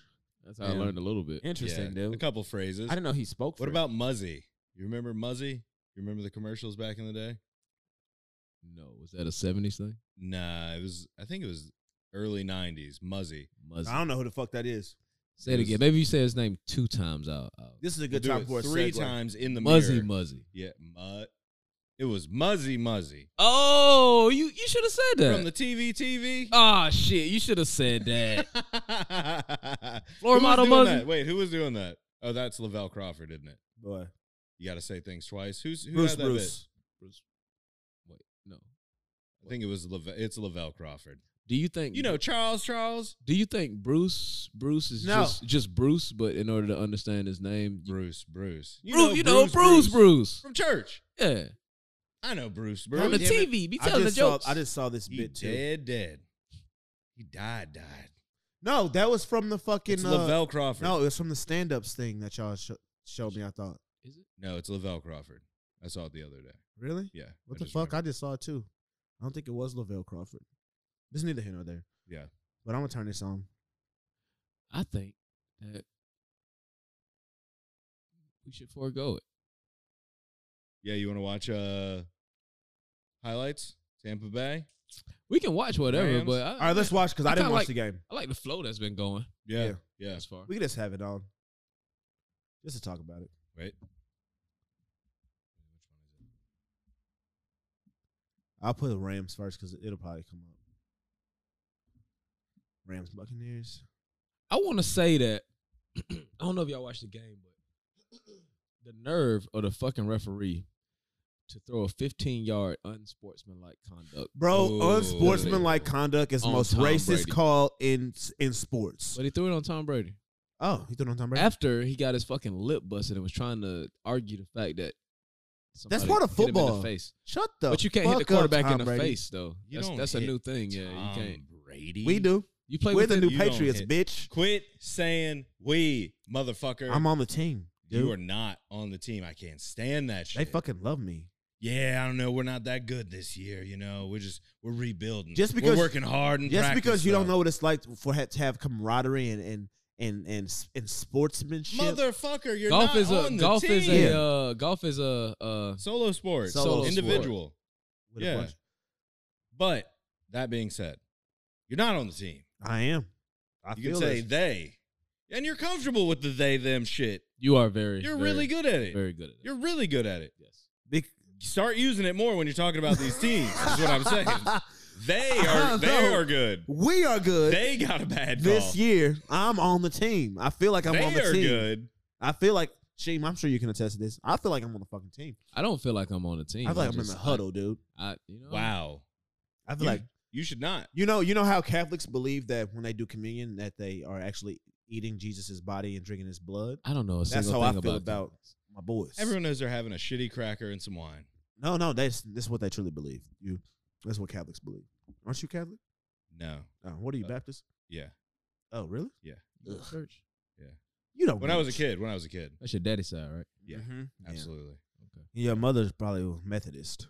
Speaker 3: That's how I
Speaker 1: Yeah.
Speaker 3: learned a little bit.
Speaker 1: Interesting,
Speaker 2: yeah. A
Speaker 1: dude.
Speaker 2: couple phrases.
Speaker 1: I didn't know he spoke.
Speaker 2: What
Speaker 1: French.
Speaker 2: about Muzzy? You remember Muzzy? You remember the commercials back in the day?
Speaker 3: No, was that a '70s thing?
Speaker 2: Nah, it was. I think it was early '90s. Muzzy.
Speaker 3: Muzzy.
Speaker 1: I don't know who the fuck that is.
Speaker 3: Say it again. Maybe you say his name two times. I'll, I'll-
Speaker 1: This is a
Speaker 2: We'll
Speaker 1: good
Speaker 2: do
Speaker 1: time
Speaker 2: it
Speaker 1: for a
Speaker 2: three
Speaker 1: segue.
Speaker 2: times in the
Speaker 3: Muzzy
Speaker 2: mirror.
Speaker 3: Muzzy.
Speaker 2: yeah, mu- It was Muzzy Muzzy
Speaker 3: Oh, you you should have said
Speaker 2: from
Speaker 3: that.
Speaker 2: the TV TV.
Speaker 3: Ah, shit, you should have said that. Floor
Speaker 2: Who was
Speaker 3: model
Speaker 2: doing
Speaker 3: Muzzy.
Speaker 2: that? Wait, who was doing that? Oh, that's Lavelle Crawford, isn't it?
Speaker 1: Boy.
Speaker 2: You got to say things twice. Who's who
Speaker 1: Bruce
Speaker 2: had that
Speaker 1: Bruce.
Speaker 3: Bruce- Wait, no.
Speaker 2: bit? I think it was Lavelle. It's Lavelle Crawford.
Speaker 3: Do you think
Speaker 2: You know Charles Charles
Speaker 3: Do you think Bruce Bruce is
Speaker 1: No.
Speaker 3: just just Bruce, but in order to understand his name, you,
Speaker 2: Bruce Bruce.
Speaker 3: Bruce, you know Bruce Bruce,
Speaker 2: from church.
Speaker 3: yeah,
Speaker 2: I know Bruce Bruce.
Speaker 3: on the
Speaker 1: damn it.
Speaker 3: TV, be
Speaker 1: I
Speaker 3: telling the
Speaker 1: just saw-
Speaker 3: jokes.
Speaker 1: I just saw this
Speaker 2: He
Speaker 1: bit too.
Speaker 2: dead, dead. He died, died.
Speaker 1: No, that was from the fucking.
Speaker 2: It's
Speaker 1: uh,
Speaker 2: Lavelle Crawford.
Speaker 1: no, it was from the stand ups thing that y'all sh- showed me. I thought.
Speaker 3: is it?
Speaker 2: no, it's Lavelle Crawford. I saw it the other day.
Speaker 1: Really?
Speaker 2: Yeah.
Speaker 1: What the
Speaker 2: I just
Speaker 1: fuck?
Speaker 2: remembered.
Speaker 1: I just saw it too. I don't think it was Lavelle Crawford. It's neither here nor there.
Speaker 2: Yeah.
Speaker 1: But I'm gonna turn this on.
Speaker 3: I think that we should forego it.
Speaker 2: Yeah, you want to watch uh highlights? Tampa Bay.
Speaker 3: We can watch whatever,
Speaker 2: Rams.
Speaker 3: but I,
Speaker 1: All right, let's watch because I,
Speaker 3: Uh, I
Speaker 1: didn't
Speaker 3: kinda
Speaker 1: watch
Speaker 3: like-
Speaker 1: the game.
Speaker 3: I like the flow that's been going
Speaker 2: Yeah. Yeah.
Speaker 1: Yeah.
Speaker 3: thus far.
Speaker 1: We can just have it on. Just to talk about it.
Speaker 2: Wait.
Speaker 1: I'll put the Rams first because it'll probably come up. Rams Buccaneers.
Speaker 3: I want to say that I don't know if y'all watched the game, but the nerve of the fucking referee to throw a 15 yard unsportsmanlike conduct.
Speaker 1: Bro,
Speaker 2: Ooh.
Speaker 1: unsportsmanlike conduct is the
Speaker 3: On
Speaker 1: most
Speaker 3: Tom
Speaker 1: racist
Speaker 3: Brady.
Speaker 1: call in in sports.
Speaker 3: But he threw it on Tom Brady.
Speaker 1: Oh, he threw it on Tom Brady.
Speaker 3: after he got his fucking lip busted and was trying to argue the fact that somebody
Speaker 1: part of
Speaker 3: hit him in the
Speaker 1: football.
Speaker 3: face.
Speaker 1: Shut the.
Speaker 3: but you can't hit
Speaker 1: fuck
Speaker 3: the quarterback
Speaker 1: up, Tom
Speaker 3: in the
Speaker 1: Brady.
Speaker 3: face though.
Speaker 2: You
Speaker 3: that's
Speaker 2: don't
Speaker 3: that's a
Speaker 2: hit
Speaker 3: new thing. Yeah, you
Speaker 2: Tom
Speaker 3: can't.
Speaker 2: Brady.
Speaker 1: We do.
Speaker 3: You play
Speaker 1: We're
Speaker 3: with
Speaker 1: the
Speaker 3: it.
Speaker 1: new
Speaker 2: you don't
Speaker 1: Patriots,
Speaker 2: hit.
Speaker 1: bitch.
Speaker 2: Quit saying we, motherfucker.
Speaker 1: I'm on the team. Dude.
Speaker 2: you are not on the team. I can't stand that
Speaker 1: they
Speaker 2: shit.
Speaker 1: fucking love me.
Speaker 2: yeah, I don't know. We're not that good this year. You know, we're just we're rebuilding.
Speaker 1: Just
Speaker 2: We're
Speaker 1: because-
Speaker 2: working hard and
Speaker 1: Just because you don't know what it's like for ha- to have camaraderie and and and and, s- and sportsmanship.
Speaker 2: motherfucker, you're
Speaker 3: golf
Speaker 2: not
Speaker 3: is a
Speaker 2: on the
Speaker 3: golf
Speaker 2: team.
Speaker 3: is
Speaker 1: Yeah.
Speaker 3: a uh, golf is a uh,
Speaker 2: solo sport,
Speaker 3: Solo
Speaker 2: solo
Speaker 3: sport.
Speaker 2: individual.
Speaker 1: with a
Speaker 2: yeah.
Speaker 1: bunch-
Speaker 2: But that being said, you're not on the team.
Speaker 1: I am. I
Speaker 2: you
Speaker 1: feel
Speaker 2: can say
Speaker 1: this.
Speaker 2: they, and you're comfortable with the they them shit.
Speaker 3: you are very
Speaker 2: You're
Speaker 3: very,
Speaker 2: really good at it.
Speaker 3: very good at it.
Speaker 2: You're really good at it.
Speaker 3: yes.
Speaker 1: Bec-
Speaker 2: Start using it more when you're talking about these teams. is what I'm saying. They are they
Speaker 1: No.
Speaker 2: are good.
Speaker 1: we are good
Speaker 2: They got a bad call.
Speaker 1: this year. I'm on the team. I feel like I'm
Speaker 2: they
Speaker 1: on the
Speaker 2: are
Speaker 1: team.
Speaker 2: good.
Speaker 1: I feel like Sheem. I'm sure you can attest to this. I feel like I'm on the fucking team.
Speaker 3: I don't feel like I'm on a team.
Speaker 1: I feel like I'm in
Speaker 3: just-
Speaker 1: the huddle, dude.
Speaker 3: I, you know,
Speaker 2: Wow.
Speaker 1: I feel
Speaker 2: You,
Speaker 1: like
Speaker 2: you should not.
Speaker 1: you know you know how Catholics believe that when they do communion that they are actually eating Jesus' body and drinking his blood.
Speaker 3: I don't know a
Speaker 1: That's
Speaker 3: single
Speaker 1: how I
Speaker 3: thing
Speaker 1: feel
Speaker 3: about,
Speaker 1: about-
Speaker 3: Catholics.
Speaker 1: My boys.
Speaker 2: Everyone knows they're having a shitty cracker and some wine.
Speaker 1: No, no, that's this is what they truly believe. You, that's what Catholics believe. Aren't you Catholic?
Speaker 2: No.
Speaker 1: Uh, what are you
Speaker 2: Uh,
Speaker 1: Baptist?
Speaker 2: Yeah.
Speaker 1: Oh, really?
Speaker 3: You go to
Speaker 1: Ugh.
Speaker 3: church.
Speaker 1: You don't.
Speaker 2: When I was a kid. When I was a kid.
Speaker 3: That's your daddy's side, right?
Speaker 2: Yeah. Absolutely.
Speaker 1: Your mother's probably Methodist.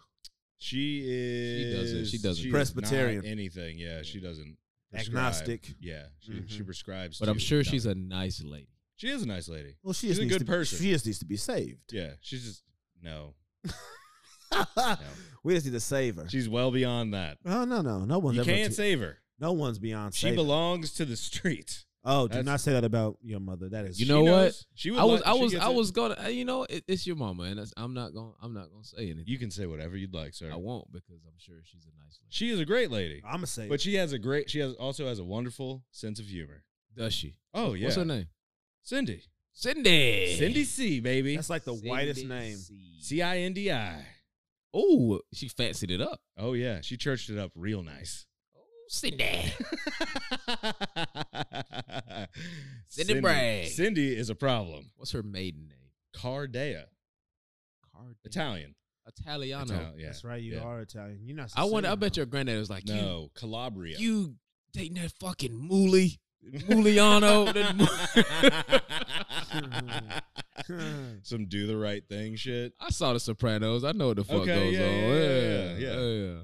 Speaker 2: She is.
Speaker 3: doesn't- she doesn't.
Speaker 2: is
Speaker 1: Presbyterian.
Speaker 2: not anything. Yeah, she doesn't. prescribe.
Speaker 1: Agnostic.
Speaker 2: Yeah, she, she
Speaker 1: Mhm.
Speaker 2: prescribes.
Speaker 3: But I'm
Speaker 2: to
Speaker 3: sure she's
Speaker 2: nothing.
Speaker 3: a nice lady.
Speaker 2: She is a nice lady.
Speaker 1: Well, she
Speaker 2: She's
Speaker 1: just
Speaker 2: a
Speaker 1: needs
Speaker 2: good
Speaker 1: to be,
Speaker 2: person.
Speaker 1: She just needs to be saved.
Speaker 2: Yeah, she's just no.
Speaker 1: we just need to save her.
Speaker 2: She's well beyond that.
Speaker 1: oh no, no, no one's
Speaker 2: You
Speaker 1: ever.
Speaker 2: can't
Speaker 1: too-
Speaker 2: save her.
Speaker 1: no one's beyond
Speaker 2: She
Speaker 1: saving.
Speaker 2: belongs to the street.
Speaker 1: oh, do
Speaker 2: that's-
Speaker 1: not say that about your mother. That is.
Speaker 3: You
Speaker 2: She
Speaker 3: know what?
Speaker 2: knows- She would
Speaker 3: I was,
Speaker 2: like-
Speaker 3: I
Speaker 2: she
Speaker 3: was,
Speaker 2: gets
Speaker 3: I
Speaker 2: it.
Speaker 3: was gonna. uh, You know, it, it's your mama, and that's, I'm not gonna, I'm not gonna say anything.
Speaker 2: You can say whatever you'd like, sir.
Speaker 3: I won't because I'm sure she's a nice lady.
Speaker 2: She is a great lady,
Speaker 1: I'm gonna say.
Speaker 2: but she has a great. She has also has a wonderful sense of humor.
Speaker 3: Does she?
Speaker 2: Oh yeah,
Speaker 3: What's her name?
Speaker 2: Cindy.
Speaker 3: Cindy.
Speaker 2: Cindy C, baby.
Speaker 1: that's like the whitest name.
Speaker 2: C I N D I.
Speaker 3: Oh, she fancied it up.
Speaker 2: Oh yeah, she churched it up real nice.
Speaker 3: Oh, Cindy.
Speaker 2: Cindy
Speaker 3: Bragg.
Speaker 2: Cindy is a problem.
Speaker 3: What's her maiden name?
Speaker 2: Cardea,
Speaker 3: Card
Speaker 2: Italian.
Speaker 3: Italiano.
Speaker 2: Italian, yeah.
Speaker 1: That's right. You
Speaker 2: yeah.
Speaker 1: are Italian. You're not.
Speaker 3: I wonder. I
Speaker 1: Sicilian,
Speaker 3: bet
Speaker 1: though.
Speaker 3: your granddad was like,
Speaker 2: No, Calabria.
Speaker 3: you, you dating that fucking moolie, Muliano. that mo-
Speaker 2: Some do the right thing shit.
Speaker 3: I saw The Sopranos. I know what the fuck
Speaker 2: Okay,
Speaker 3: goes
Speaker 2: yeah,
Speaker 3: on.
Speaker 2: yeah,
Speaker 3: Yeah,
Speaker 2: yeah,
Speaker 3: yeah,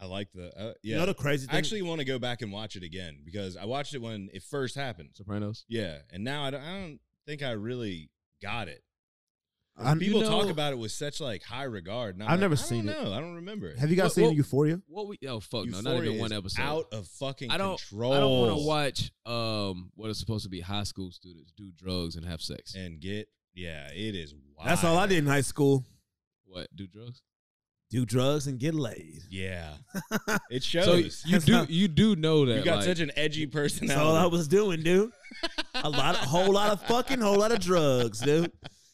Speaker 2: I like the uh,
Speaker 1: You
Speaker 2: yeah.
Speaker 1: know the crazy thing.
Speaker 2: I actually want to go back and watch it again because I watched it when it first happened.
Speaker 3: Sopranos.
Speaker 2: Yeah, and now I don't, I don't think I really got it.
Speaker 1: I- you
Speaker 2: People talk
Speaker 1: know-
Speaker 2: about it with such like high regard. and I'm
Speaker 1: I've
Speaker 2: like,
Speaker 1: never
Speaker 2: I don't
Speaker 1: seen it.
Speaker 2: know. I don't remember. it.
Speaker 1: Have you guys
Speaker 3: What-
Speaker 1: seen
Speaker 3: what-
Speaker 1: Euphoria?
Speaker 3: What we? Oh fuck, no, not
Speaker 2: Euphoria
Speaker 3: even one
Speaker 2: is
Speaker 3: episode.
Speaker 2: Out of fucking
Speaker 3: I don't-
Speaker 2: control.
Speaker 3: I don't want to watch um what is supposed to be high school students do drugs and have sex.
Speaker 2: and get. Yeah, it is wild.
Speaker 1: That's all I did in high school.
Speaker 3: what do drugs?
Speaker 1: Do drugs and get laid.
Speaker 2: Yeah, it
Speaker 3: So
Speaker 2: shows.
Speaker 3: you do you do know that
Speaker 2: you got
Speaker 3: like,
Speaker 2: such an edgy personality.
Speaker 1: That's all I was doing, dude. A lot, a whole lot of fucking, whole lot of drugs, dude.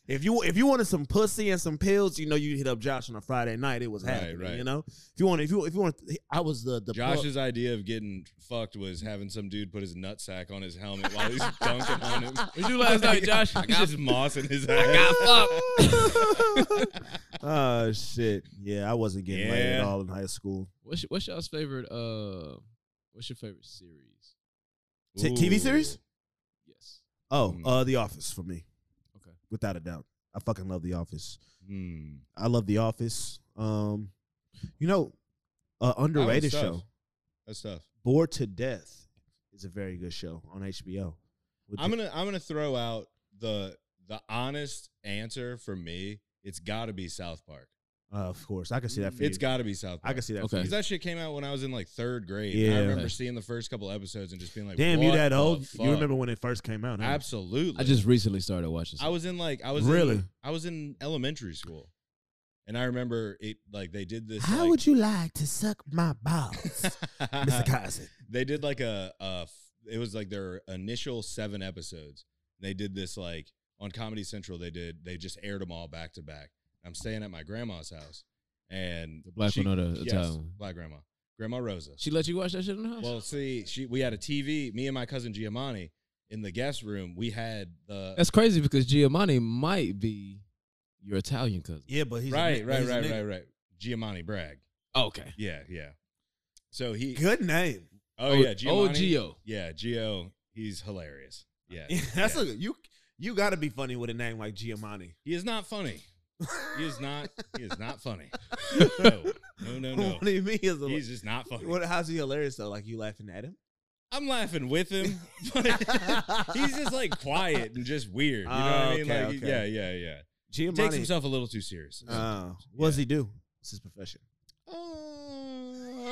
Speaker 1: If you if you wanted some pussy and some pills, you know you hit up Josh on a Friday night. It was
Speaker 2: Right,
Speaker 1: happening,
Speaker 2: right.
Speaker 1: you know. If you want, if you if you want, I was the the plug-
Speaker 2: Josh's idea of getting fucked was having some dude put his nutsack on his helmet while he's dunking on him.
Speaker 3: What you do last night, Josh? I
Speaker 2: He's
Speaker 3: got,
Speaker 2: just mossing his
Speaker 3: I
Speaker 2: ass.
Speaker 3: got fucked.
Speaker 1: Oh shit! Yeah, I wasn't getting laid at
Speaker 2: Yeah.
Speaker 1: all in high school.
Speaker 3: What's what's y'all's favorite uh what's your favorite series?
Speaker 1: T- TV series?
Speaker 3: Yes.
Speaker 1: Oh,
Speaker 2: Mm.
Speaker 1: uh, The Office for me,
Speaker 3: Okay.
Speaker 1: without a doubt. I fucking love The Office.
Speaker 2: Hmm.
Speaker 1: I love The Office. Um, you know, uh, underrated
Speaker 2: tough.
Speaker 1: show.
Speaker 2: That's tough.
Speaker 1: Bored to Death is a very good show on HBO. With
Speaker 2: I'm
Speaker 1: the-
Speaker 2: gonna I'm gonna throw out the the honest answer for me. It's got to be South Park.
Speaker 1: uh, of course, I can see that for
Speaker 2: It's
Speaker 1: you.
Speaker 2: got to be South Park.
Speaker 1: I can see that.
Speaker 3: Okay.
Speaker 1: For
Speaker 2: Because
Speaker 1: you.
Speaker 2: that shit came out when I was in like third grade.
Speaker 1: Yeah.
Speaker 2: I remember
Speaker 3: Okay.
Speaker 2: seeing the first couple episodes and just being like,
Speaker 1: Damn, you
Speaker 2: "What
Speaker 1: that
Speaker 2: the
Speaker 1: old?
Speaker 2: fuck?"
Speaker 1: You remember when it first came out? huh?
Speaker 2: Absolutely.
Speaker 3: I just recently started watching.
Speaker 2: I
Speaker 3: some-
Speaker 2: was in like I was
Speaker 1: Really?
Speaker 2: in, I was in elementary school, and I remember it like they did this.
Speaker 1: How
Speaker 2: like,
Speaker 1: would you like to suck my balls, Mr. Cosby?
Speaker 2: They did like a, a f- it was like their initial seven episodes. They did this like on Comedy Central. They did they just aired them all back to back. I'm staying at my grandma's house, and
Speaker 3: The black
Speaker 2: she-
Speaker 3: one or the
Speaker 2: yes,
Speaker 3: Italian one?
Speaker 2: black grandma, Grandma Rosa.
Speaker 3: she let you watch that shit in the house?
Speaker 2: Well, see, she we had a TV. Me and my cousin Giamatti in the guest room. We had the
Speaker 1: Oh,
Speaker 3: That's crazy because Giamatti might be your Italian cousin.
Speaker 1: Yeah, but he's a
Speaker 2: right,
Speaker 1: ni- oh,
Speaker 2: right,
Speaker 1: he's a
Speaker 2: right,
Speaker 1: nigga.
Speaker 2: right, right. Giamatti Bragg.
Speaker 3: Okay.
Speaker 2: Yeah, yeah. So he.
Speaker 1: Good name.
Speaker 2: Oh, yeah,
Speaker 3: Oh,
Speaker 2: Giamatti.
Speaker 3: Gio.
Speaker 2: Yeah, Gio. He's hilarious. Yeah,
Speaker 1: That's
Speaker 2: yeah.
Speaker 1: a you. You got to be funny with a name like Giamatti.
Speaker 2: he is not funny. He is not. He is not funny. No, no, no, no.
Speaker 1: what do you mean? He's a-
Speaker 2: He's just not funny.
Speaker 1: what, how's he hilarious though? Like you laughing at him?
Speaker 2: I'm laughing with him, but he's just like quiet and just weird. You know what I
Speaker 1: Oh,
Speaker 2: mean?
Speaker 1: okay,
Speaker 2: like,
Speaker 1: okay.
Speaker 2: yeah, yeah, yeah. He
Speaker 1: Giamatti
Speaker 2: takes himself a little too serious.
Speaker 1: Uh, what does he do? It's his profession.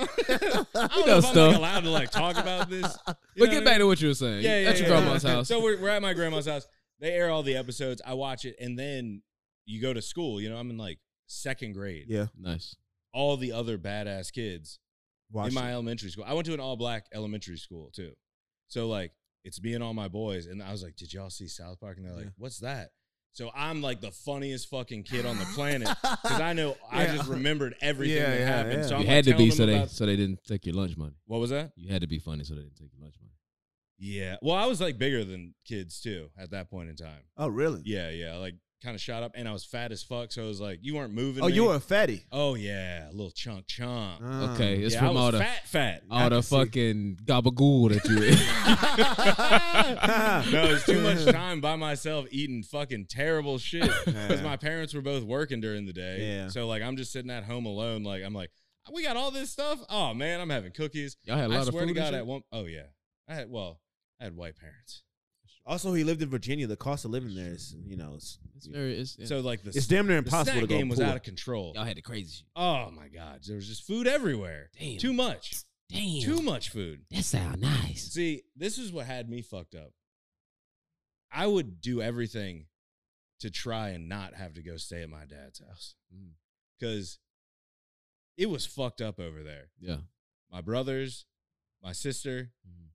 Speaker 2: Uh, I
Speaker 3: You
Speaker 2: don't
Speaker 3: know
Speaker 2: know if I'm
Speaker 3: stuff.
Speaker 2: like, allowed to like talk about this. You know
Speaker 3: But
Speaker 2: what I
Speaker 3: get
Speaker 2: mean?
Speaker 3: back to what you were saying.
Speaker 2: Yeah, yeah,
Speaker 3: At your
Speaker 2: yeah.
Speaker 3: grandma's house.
Speaker 2: So we're, we're at my grandma's house. They air all the episodes. I watch it, and then you go to school. You know, I'm in like second grade.
Speaker 1: Yeah.
Speaker 3: nice.
Speaker 2: All the other badass kids
Speaker 1: Watch
Speaker 2: in my elementary school. I went to an all black elementary school too. So like it's me and all my boys. And I was like, Did y'all see South Park? And they're like,
Speaker 1: Yeah.
Speaker 2: What's that? So I'm like the funniest fucking kid on the planet. Cause
Speaker 1: it.
Speaker 2: I know I
Speaker 1: Yeah.
Speaker 2: just remembered everything
Speaker 1: Yeah,
Speaker 2: that
Speaker 1: yeah,
Speaker 2: happened.
Speaker 1: yeah.
Speaker 2: So I'm
Speaker 3: you
Speaker 2: like,
Speaker 3: had to
Speaker 2: telling
Speaker 3: be
Speaker 2: them
Speaker 3: so they
Speaker 2: about-
Speaker 3: so they didn't take your lunch money.
Speaker 2: what was that?
Speaker 3: You had to be funny so they didn't take your lunch money.
Speaker 2: Yeah. Well, I was like bigger than kids too at that point in time.
Speaker 1: oh really?
Speaker 2: Yeah, yeah. Like kind of shot up and I was fat as fuck. So I was like, You weren't moving.
Speaker 1: Oh,
Speaker 2: me."
Speaker 1: you were a fatty.
Speaker 2: Oh yeah, a little chunk chunk.
Speaker 1: Uh.
Speaker 3: okay, it's
Speaker 2: yeah, I
Speaker 3: from
Speaker 2: was
Speaker 3: all the
Speaker 2: fat fat.
Speaker 1: I
Speaker 3: all the
Speaker 1: can see.
Speaker 3: fucking gabagool that you ate.
Speaker 1: Oh.
Speaker 3: Oh.
Speaker 2: no, it's too much time by myself eating fucking terrible shit because
Speaker 1: Yeah.
Speaker 2: my parents were both working during the day.
Speaker 1: Yeah.
Speaker 2: So like I'm just sitting at home alone. Like I'm like, we got all this stuff. Oh man, I'm having cookies.
Speaker 3: Y'all had a
Speaker 2: I
Speaker 3: lot of
Speaker 2: swear
Speaker 3: food.
Speaker 2: to God,
Speaker 3: and shit?
Speaker 2: at one. Oh yeah, I had well, I had white parents.
Speaker 1: Also, he lived in Virginia. The cost of living there is, you know, it's,
Speaker 3: It's very- it's- yeah.
Speaker 2: So like the,
Speaker 1: it's damn near
Speaker 2: the snack
Speaker 1: impossible to go
Speaker 2: game was
Speaker 1: poor.
Speaker 2: out of control.
Speaker 3: y'all had the crazy shit.
Speaker 2: Oh my god, there was just food everywhere.
Speaker 3: Damn.
Speaker 2: Too much.
Speaker 3: Damn.
Speaker 2: Too much food.
Speaker 3: That sound nice.
Speaker 2: See, this is what had me fucked up. I would do everything to try and not have to go stay at my dad's house
Speaker 3: Mm.
Speaker 2: because it was fucked up over there.
Speaker 3: Yeah.
Speaker 2: My brothers, my sister,
Speaker 1: Mm.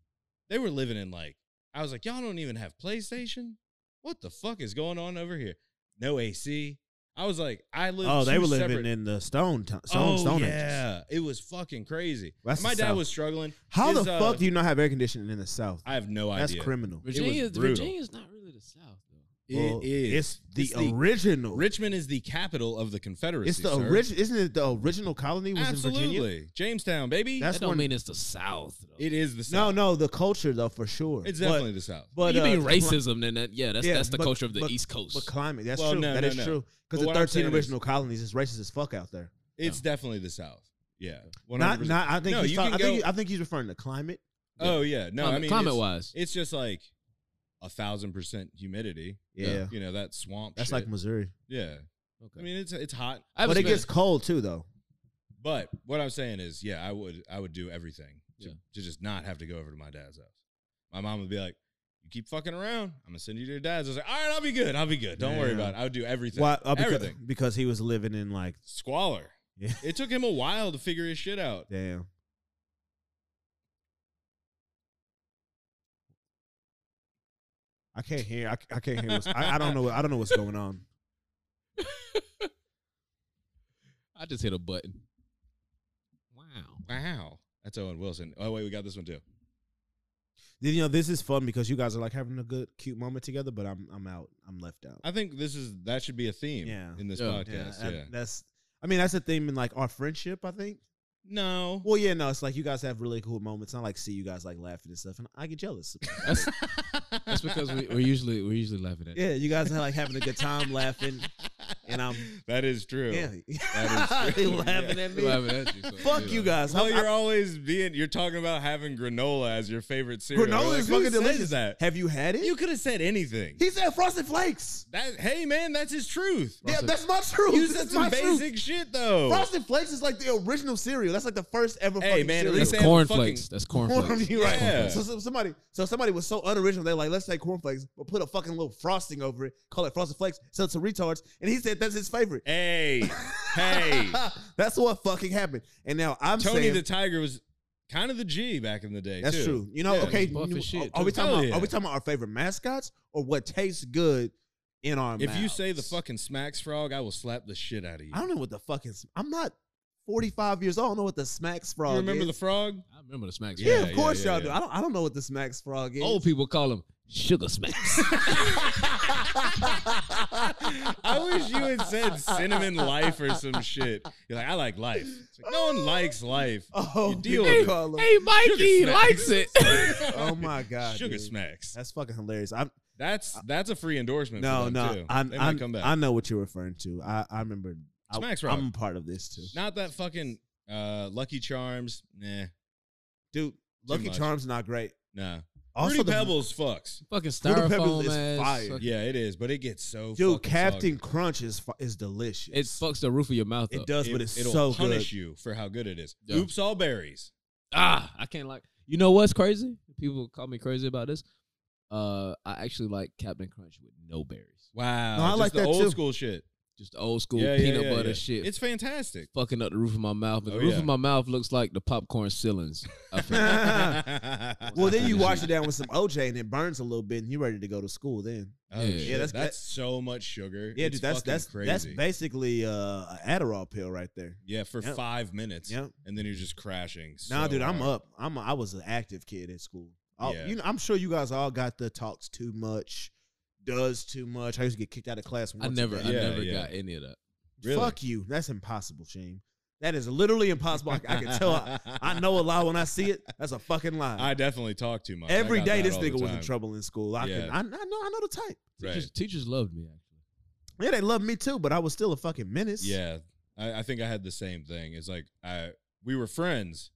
Speaker 2: they were living in like, I was like, y'all don't even have PlayStation? What the fuck is going on over here? No AC. I was like, I lived.
Speaker 1: oh, they
Speaker 2: two
Speaker 1: were living
Speaker 2: separate-
Speaker 1: in the stone, t- stone,
Speaker 2: oh,
Speaker 1: stone ages.
Speaker 2: yeah. It was fucking crazy.
Speaker 1: That's
Speaker 2: my
Speaker 1: the
Speaker 2: dad
Speaker 1: South.
Speaker 2: was struggling.
Speaker 1: How
Speaker 2: His,
Speaker 1: the
Speaker 2: uh,
Speaker 1: fuck do you not have air conditioning in the South?
Speaker 2: I have no
Speaker 1: That's
Speaker 2: idea.
Speaker 1: criminal.
Speaker 3: Virginia,
Speaker 2: brutal.
Speaker 3: Virginia's not really the South though.
Speaker 2: It
Speaker 1: Well,
Speaker 2: is.
Speaker 1: It's the
Speaker 2: It's the
Speaker 1: original.
Speaker 2: Richmond is the capital of the Confederacy.
Speaker 1: it's the
Speaker 2: sir.
Speaker 1: original. Isn't it the original colony was in Virginia?
Speaker 2: Absolutely, Jamestown, baby.
Speaker 1: That's
Speaker 3: that don't
Speaker 1: when-
Speaker 3: mean it's the South. Though.
Speaker 2: it is the
Speaker 1: No,
Speaker 2: South.
Speaker 1: no, the culture though for sure.
Speaker 2: it's
Speaker 1: But-
Speaker 2: definitely the South.
Speaker 1: But,
Speaker 3: you
Speaker 1: uh,
Speaker 3: mean
Speaker 1: cli-
Speaker 3: racism? Then that, yeah, that's
Speaker 1: Yeah,
Speaker 3: that's the
Speaker 1: but-
Speaker 3: culture of the
Speaker 1: but-
Speaker 3: East Coast.
Speaker 1: But climate. That's
Speaker 2: Well,
Speaker 1: true.
Speaker 2: no,
Speaker 1: That
Speaker 2: no,
Speaker 1: is
Speaker 2: no.
Speaker 1: true.
Speaker 2: But
Speaker 1: Because the
Speaker 2: what I'm saying
Speaker 1: thirteen
Speaker 2: is-
Speaker 1: original colonies is racist as fuck out there.
Speaker 2: It's definitely the South. Yeah. 100%.
Speaker 1: Not, not. I think.
Speaker 2: No,
Speaker 1: he's
Speaker 2: you
Speaker 1: talk-
Speaker 2: can
Speaker 1: I think.
Speaker 2: go-
Speaker 1: I think he's referring to climate.
Speaker 2: oh yeah. No, I mean
Speaker 3: climate
Speaker 2: it's,
Speaker 3: wise,
Speaker 2: it's just like a thousand percent humidity.
Speaker 1: Yeah.
Speaker 2: You know that swamp.
Speaker 1: That's
Speaker 2: shit.
Speaker 1: like Missouri.
Speaker 2: yeah.
Speaker 3: okay.
Speaker 2: I mean it's it's hot,
Speaker 3: I have
Speaker 1: but
Speaker 3: a
Speaker 1: it
Speaker 3: spin-
Speaker 1: gets cold too, though.
Speaker 2: but what I'm saying is yeah I would I would do everything to,
Speaker 3: Yeah.
Speaker 2: to just not have to go over to my dad's house. My mom would be like. You keep fucking around. I'm gonna send you to your dad's. I was like, all right, I'll be good. I'll be good. Don't worry
Speaker 1: Yeah.
Speaker 2: about it. I would do everything.
Speaker 1: Why? uh, because,
Speaker 2: everything.
Speaker 1: because he was living in like.
Speaker 2: Squalor.
Speaker 1: Yeah.
Speaker 2: It took him a while to figure his shit out.
Speaker 1: Damn. I can't hear. I, I can't hear. What's, I, I don't know. I don't know what's going on.
Speaker 3: I just hit a button. Wow.
Speaker 2: Wow. That's Owen Wilson. Oh, wait, we got this one too.
Speaker 1: You know, this is fun because you guys are like having a good, cute moment together. But I'm, I'm out. I'm left out.
Speaker 2: I think this is that should be a theme
Speaker 1: Oh, Yeah.
Speaker 2: in this
Speaker 3: Yeah.
Speaker 2: podcast. Yeah.
Speaker 1: that- That's. I mean, that's a theme in like our friendship. I think.
Speaker 2: No.
Speaker 1: Well, yeah, no, it's like you guys have really cool moments. I like see you guys like laughing and stuff, and I get jealous.
Speaker 3: That's that's because we, we're usually we're usually laughing at.
Speaker 1: yeah, you guys are like having a good time laughing, and I'm
Speaker 2: That is true.
Speaker 1: yeah,
Speaker 2: That is
Speaker 1: They
Speaker 2: true.
Speaker 1: laughing
Speaker 2: Yeah.
Speaker 1: at
Speaker 3: We're
Speaker 1: me.
Speaker 3: laughing at you. so,
Speaker 1: Fuck you
Speaker 3: know.
Speaker 1: guys.
Speaker 2: Well,
Speaker 1: I'm-
Speaker 2: you're always being you're talking about having granola as your favorite cereal.
Speaker 1: Granola
Speaker 2: Like,
Speaker 1: is
Speaker 2: who
Speaker 1: fucking
Speaker 2: says
Speaker 1: delicious.
Speaker 2: That
Speaker 1: Have you had it?
Speaker 2: you could have said anything.
Speaker 1: he said frosted flakes.
Speaker 2: That hey man, that's his truth.
Speaker 1: Yeah,
Speaker 3: Frosted-
Speaker 1: that's my truth.
Speaker 2: You said
Speaker 1: that's
Speaker 2: some
Speaker 1: my truth.
Speaker 2: basic shit though.
Speaker 1: Frosted flakes is like the original cereal. That's like the first ever.
Speaker 2: Hey,
Speaker 1: fucking
Speaker 2: man, at
Speaker 1: cereal.
Speaker 2: least
Speaker 3: That's
Speaker 2: They have a
Speaker 3: cornflakes. That's cornflakes.
Speaker 1: Cornflakes, you're right.
Speaker 2: Yeah.
Speaker 1: So, so somebody, so somebody was so unoriginal. They like, let's say cornflakes, but put a fucking little frosting over it. Call it frosted flakes. Sell it to retards, and he said that's his favorite.
Speaker 2: hey, hey.
Speaker 1: that's what fucking happened. And now I'm
Speaker 2: Tony
Speaker 1: saying
Speaker 2: the Tiger was kind of the G back in the day.
Speaker 1: that's
Speaker 2: too.
Speaker 1: true. You know,
Speaker 2: Yeah.
Speaker 1: okay.
Speaker 3: He's buff
Speaker 1: you-
Speaker 3: as shit,
Speaker 1: are we
Speaker 2: too.
Speaker 1: talking?
Speaker 2: Hell
Speaker 1: About,
Speaker 2: yeah.
Speaker 1: Are we talking about our favorite mascots or what tastes good in our?
Speaker 2: If you
Speaker 1: mouths?
Speaker 2: say the fucking smacks frog, I will slap the shit out of you.
Speaker 1: I don't know what the fucking. I'm not 45 years old. I don't know what the smacks frog.
Speaker 2: You remember
Speaker 1: is.
Speaker 2: the frog?
Speaker 3: I remember the smacks.
Speaker 1: yeah,
Speaker 2: Yeah,
Speaker 1: of course
Speaker 2: yeah, Oh,
Speaker 1: y'all
Speaker 2: yeah.
Speaker 1: do. I don't. I don't know what the smacks frog is.
Speaker 3: Old people call them Sugar smacks.
Speaker 2: I wish you had said cinnamon life or some shit. You're like, I like life. It's like, no one likes life.
Speaker 1: Oh,
Speaker 2: You deal
Speaker 1: people
Speaker 2: with it.
Speaker 1: call 'em.
Speaker 3: hey, Mikey
Speaker 2: Sugar
Speaker 3: likes it.
Speaker 1: Oh my god,
Speaker 2: Sugar
Speaker 1: dude.
Speaker 2: smacks.
Speaker 1: That's fucking hilarious. I'm
Speaker 2: That's that's a free endorsement.
Speaker 1: no,
Speaker 2: for them
Speaker 1: no.
Speaker 2: Too.
Speaker 1: I'm,
Speaker 2: they
Speaker 1: I'm,
Speaker 2: might come back.
Speaker 1: I know what you're referring to. I, I remember. I,
Speaker 2: Smacks Rock.
Speaker 1: I'm a part of this too,
Speaker 2: Not that fucking uh, Lucky Charms. Nah,
Speaker 1: dude. Lucky
Speaker 2: much.
Speaker 1: Charms not great.
Speaker 2: nah.
Speaker 1: Also,
Speaker 2: Fruity
Speaker 1: the
Speaker 2: Pebbles fucks.
Speaker 3: Fucking
Speaker 1: Fruity Pebbles
Speaker 3: styrofoam
Speaker 1: is
Speaker 3: ass.
Speaker 1: fire.
Speaker 3: fuck-
Speaker 2: Yeah, it is, but it gets so
Speaker 1: dude,
Speaker 2: fucking
Speaker 1: Captain
Speaker 2: soggy.
Speaker 1: Crunch is fu- is delicious.
Speaker 3: It fucks the roof of your mouth
Speaker 1: it
Speaker 3: up.
Speaker 1: does,
Speaker 2: It,
Speaker 1: but it's
Speaker 2: will
Speaker 1: so
Speaker 2: punish
Speaker 1: good.
Speaker 2: you for how good it is.
Speaker 3: Yeah.
Speaker 2: Oops, all berries.
Speaker 3: Ah, I can't like. You know what's crazy? People call me crazy about this. Uh, I actually like Captain Crunch with no berries.
Speaker 2: Wow,
Speaker 1: No, I
Speaker 2: just
Speaker 1: like
Speaker 2: the
Speaker 1: that
Speaker 2: old
Speaker 1: too.
Speaker 2: school shit.
Speaker 3: Just the old school
Speaker 2: Yeah, yeah,
Speaker 3: peanut
Speaker 2: yeah,
Speaker 3: butter
Speaker 2: yeah.
Speaker 3: shit.
Speaker 2: It's fantastic.
Speaker 3: fucking up the roof of my mouth. But the
Speaker 2: Oh,
Speaker 3: roof
Speaker 2: yeah.
Speaker 3: of my mouth looks like the popcorn ceilings. I feel.
Speaker 1: Well, then you
Speaker 3: Yeah.
Speaker 1: wash it down with some OJ and it burns a little bit, and you're ready to go to school. Then,
Speaker 2: Oh,
Speaker 3: Yeah.
Speaker 2: shit,
Speaker 1: Yeah, that's-
Speaker 2: that's so much sugar.
Speaker 1: yeah,
Speaker 2: It's
Speaker 1: dude, that's
Speaker 2: fucking
Speaker 1: that's
Speaker 2: crazy.
Speaker 1: that's basically uh, an Adderall pill right there.
Speaker 2: yeah, for
Speaker 1: Yep.
Speaker 2: five minutes,
Speaker 1: Yep.
Speaker 2: and then you're just crashing.
Speaker 1: nah,
Speaker 2: so
Speaker 1: dude, I'm
Speaker 2: hard.
Speaker 1: up. I'm a, I was an active kid at school. Oh,
Speaker 2: Yeah.
Speaker 1: you know, I'm sure you guys all got the talks too much, does too much. I used to get kicked out of class. Once
Speaker 3: I
Speaker 1: a
Speaker 3: never,
Speaker 1: day.
Speaker 3: I
Speaker 2: Yeah,
Speaker 3: never
Speaker 2: yeah.
Speaker 3: got any of that.
Speaker 2: Really?
Speaker 1: Fuck you. That's impossible, Shane. That is literally impossible. I, I can tell. I, I know a lie when I see it. That's a fucking lie.
Speaker 2: I definitely talk too much.
Speaker 1: Every
Speaker 2: I got
Speaker 1: day
Speaker 2: that
Speaker 1: this
Speaker 2: all the
Speaker 1: nigga was in
Speaker 2: time.
Speaker 1: trouble in school. I
Speaker 2: Yeah.
Speaker 1: can, I, I know I know the type.
Speaker 2: Right.
Speaker 3: Teachers, teachers loved me actually.
Speaker 1: Yeah, they loved me too, but I was still a fucking menace.
Speaker 2: Yeah, I, I think I had the same thing. It's like I we were friends,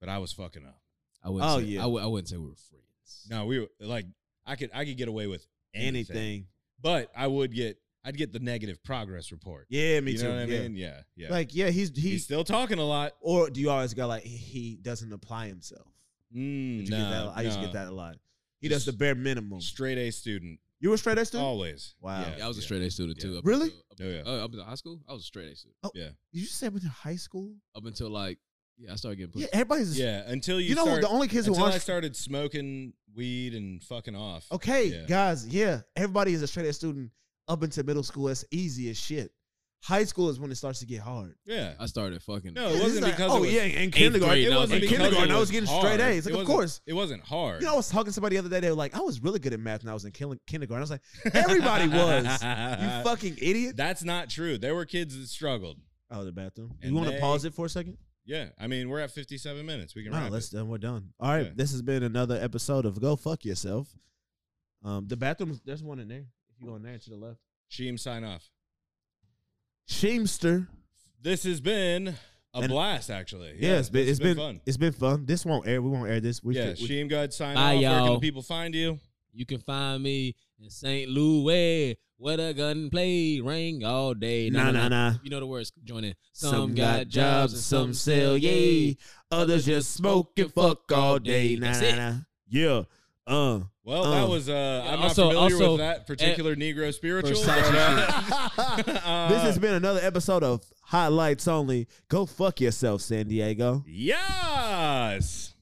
Speaker 2: but I was fucking up.
Speaker 3: I wouldn't.
Speaker 1: Oh,
Speaker 3: say,
Speaker 1: yeah.
Speaker 3: I, w- I wouldn't say we were friends.
Speaker 2: No, we were like I could I could get away with anything,
Speaker 1: Anything.
Speaker 2: but I would get I'd get the negative progress report.
Speaker 1: Yeah, me
Speaker 2: you
Speaker 1: too.
Speaker 2: know what I
Speaker 1: yeah.
Speaker 2: mean? Yeah, yeah.
Speaker 1: Like, yeah, he's he
Speaker 2: He's still talking a lot.
Speaker 1: or do you always got like he doesn't apply himself?
Speaker 2: Mm,
Speaker 1: Did you get that?
Speaker 2: nah,
Speaker 1: I used to
Speaker 2: nah.
Speaker 1: get that a lot. He
Speaker 2: Just-
Speaker 1: does the bare minimum.
Speaker 2: Straight A student,
Speaker 1: You were straight A student?
Speaker 2: always.
Speaker 1: Wow.
Speaker 3: Yeah, I was a straight A student too.
Speaker 2: Yeah.
Speaker 3: up
Speaker 1: Really?
Speaker 3: until- up-
Speaker 2: Oh, yeah.
Speaker 3: uh, up in high school, I was a straight A student.
Speaker 1: Did you say with your high school?
Speaker 3: Up until like, yeah, I started getting
Speaker 1: Yeah,
Speaker 3: pushed.
Speaker 1: everybody's a-
Speaker 2: Yeah, until you,
Speaker 1: You know
Speaker 2: start,
Speaker 1: the only kids who
Speaker 2: until I
Speaker 1: aren't
Speaker 2: started smoking weed and fucking off.
Speaker 1: Okay,
Speaker 2: Yeah.
Speaker 1: guys, yeah. Everybody is a straight A student up into middle school. That's easy as shit. High school is when it starts to get hard.
Speaker 2: Yeah.
Speaker 3: I started fucking.
Speaker 2: No, it
Speaker 1: It's
Speaker 2: wasn't
Speaker 1: like,
Speaker 2: because
Speaker 1: oh
Speaker 2: it was,
Speaker 1: yeah, in kindergarten.
Speaker 3: grade,
Speaker 2: it
Speaker 3: no,
Speaker 2: wasn't
Speaker 1: in
Speaker 2: because it
Speaker 1: kindergarten, I was getting straight
Speaker 2: hard.
Speaker 1: A's. Like,
Speaker 2: It
Speaker 1: of
Speaker 2: wasn't-
Speaker 1: course.
Speaker 2: It wasn't hard.
Speaker 1: You know, I was talking to somebody the other day. They were like, "I was really good at math when I was in kin- kindergarten." I was like, everybody was. "You fucking idiot!"
Speaker 2: That's not true. There were kids that struggled.
Speaker 1: Oh, the bathroom.
Speaker 2: And
Speaker 1: you want to
Speaker 2: they-
Speaker 1: pause it for a second?
Speaker 2: Yeah, I mean, we're at 57 minutes. We can
Speaker 1: No,
Speaker 2: wrap
Speaker 1: let's
Speaker 2: it.
Speaker 1: done. We're done. All right,
Speaker 2: Yeah.
Speaker 1: this has been another episode of Go Fuck Yourself. Um, the bathroom. There's one in there. If you go in there to the left,
Speaker 2: Sheem, sign off.
Speaker 1: Sheemster.
Speaker 2: This has been a
Speaker 1: And-
Speaker 2: blast, actually.
Speaker 1: Yeah, it's been
Speaker 2: this
Speaker 1: it's
Speaker 2: has
Speaker 1: been,
Speaker 2: fun.
Speaker 1: it's been fun. This won't air. We won't air this. We
Speaker 2: yeah,
Speaker 1: should- we-
Speaker 2: Sheem God, sign
Speaker 3: Bye,
Speaker 2: off. Where can
Speaker 3: y'all.
Speaker 2: the people find you?
Speaker 3: You can find me in St. Louis where the gun play ring all day.
Speaker 1: Nah, nah, nah.
Speaker 3: You know the words. Join in.
Speaker 1: Some, got jobs and some sell, yeah. Others just smoke and fuck all day. Nah,
Speaker 3: That's
Speaker 1: nah,
Speaker 3: it.
Speaker 1: nah. Yeah. Uh.
Speaker 2: Well,
Speaker 1: Um,
Speaker 2: that was, uh, I'm
Speaker 3: also-
Speaker 2: not familiar
Speaker 3: also, eh,
Speaker 2: with that particular Negro spiritual.
Speaker 3: Versace
Speaker 2: but, uh,
Speaker 1: this has been another episode of Highlights Only. Go fuck yourself, San Diego.
Speaker 2: Yes.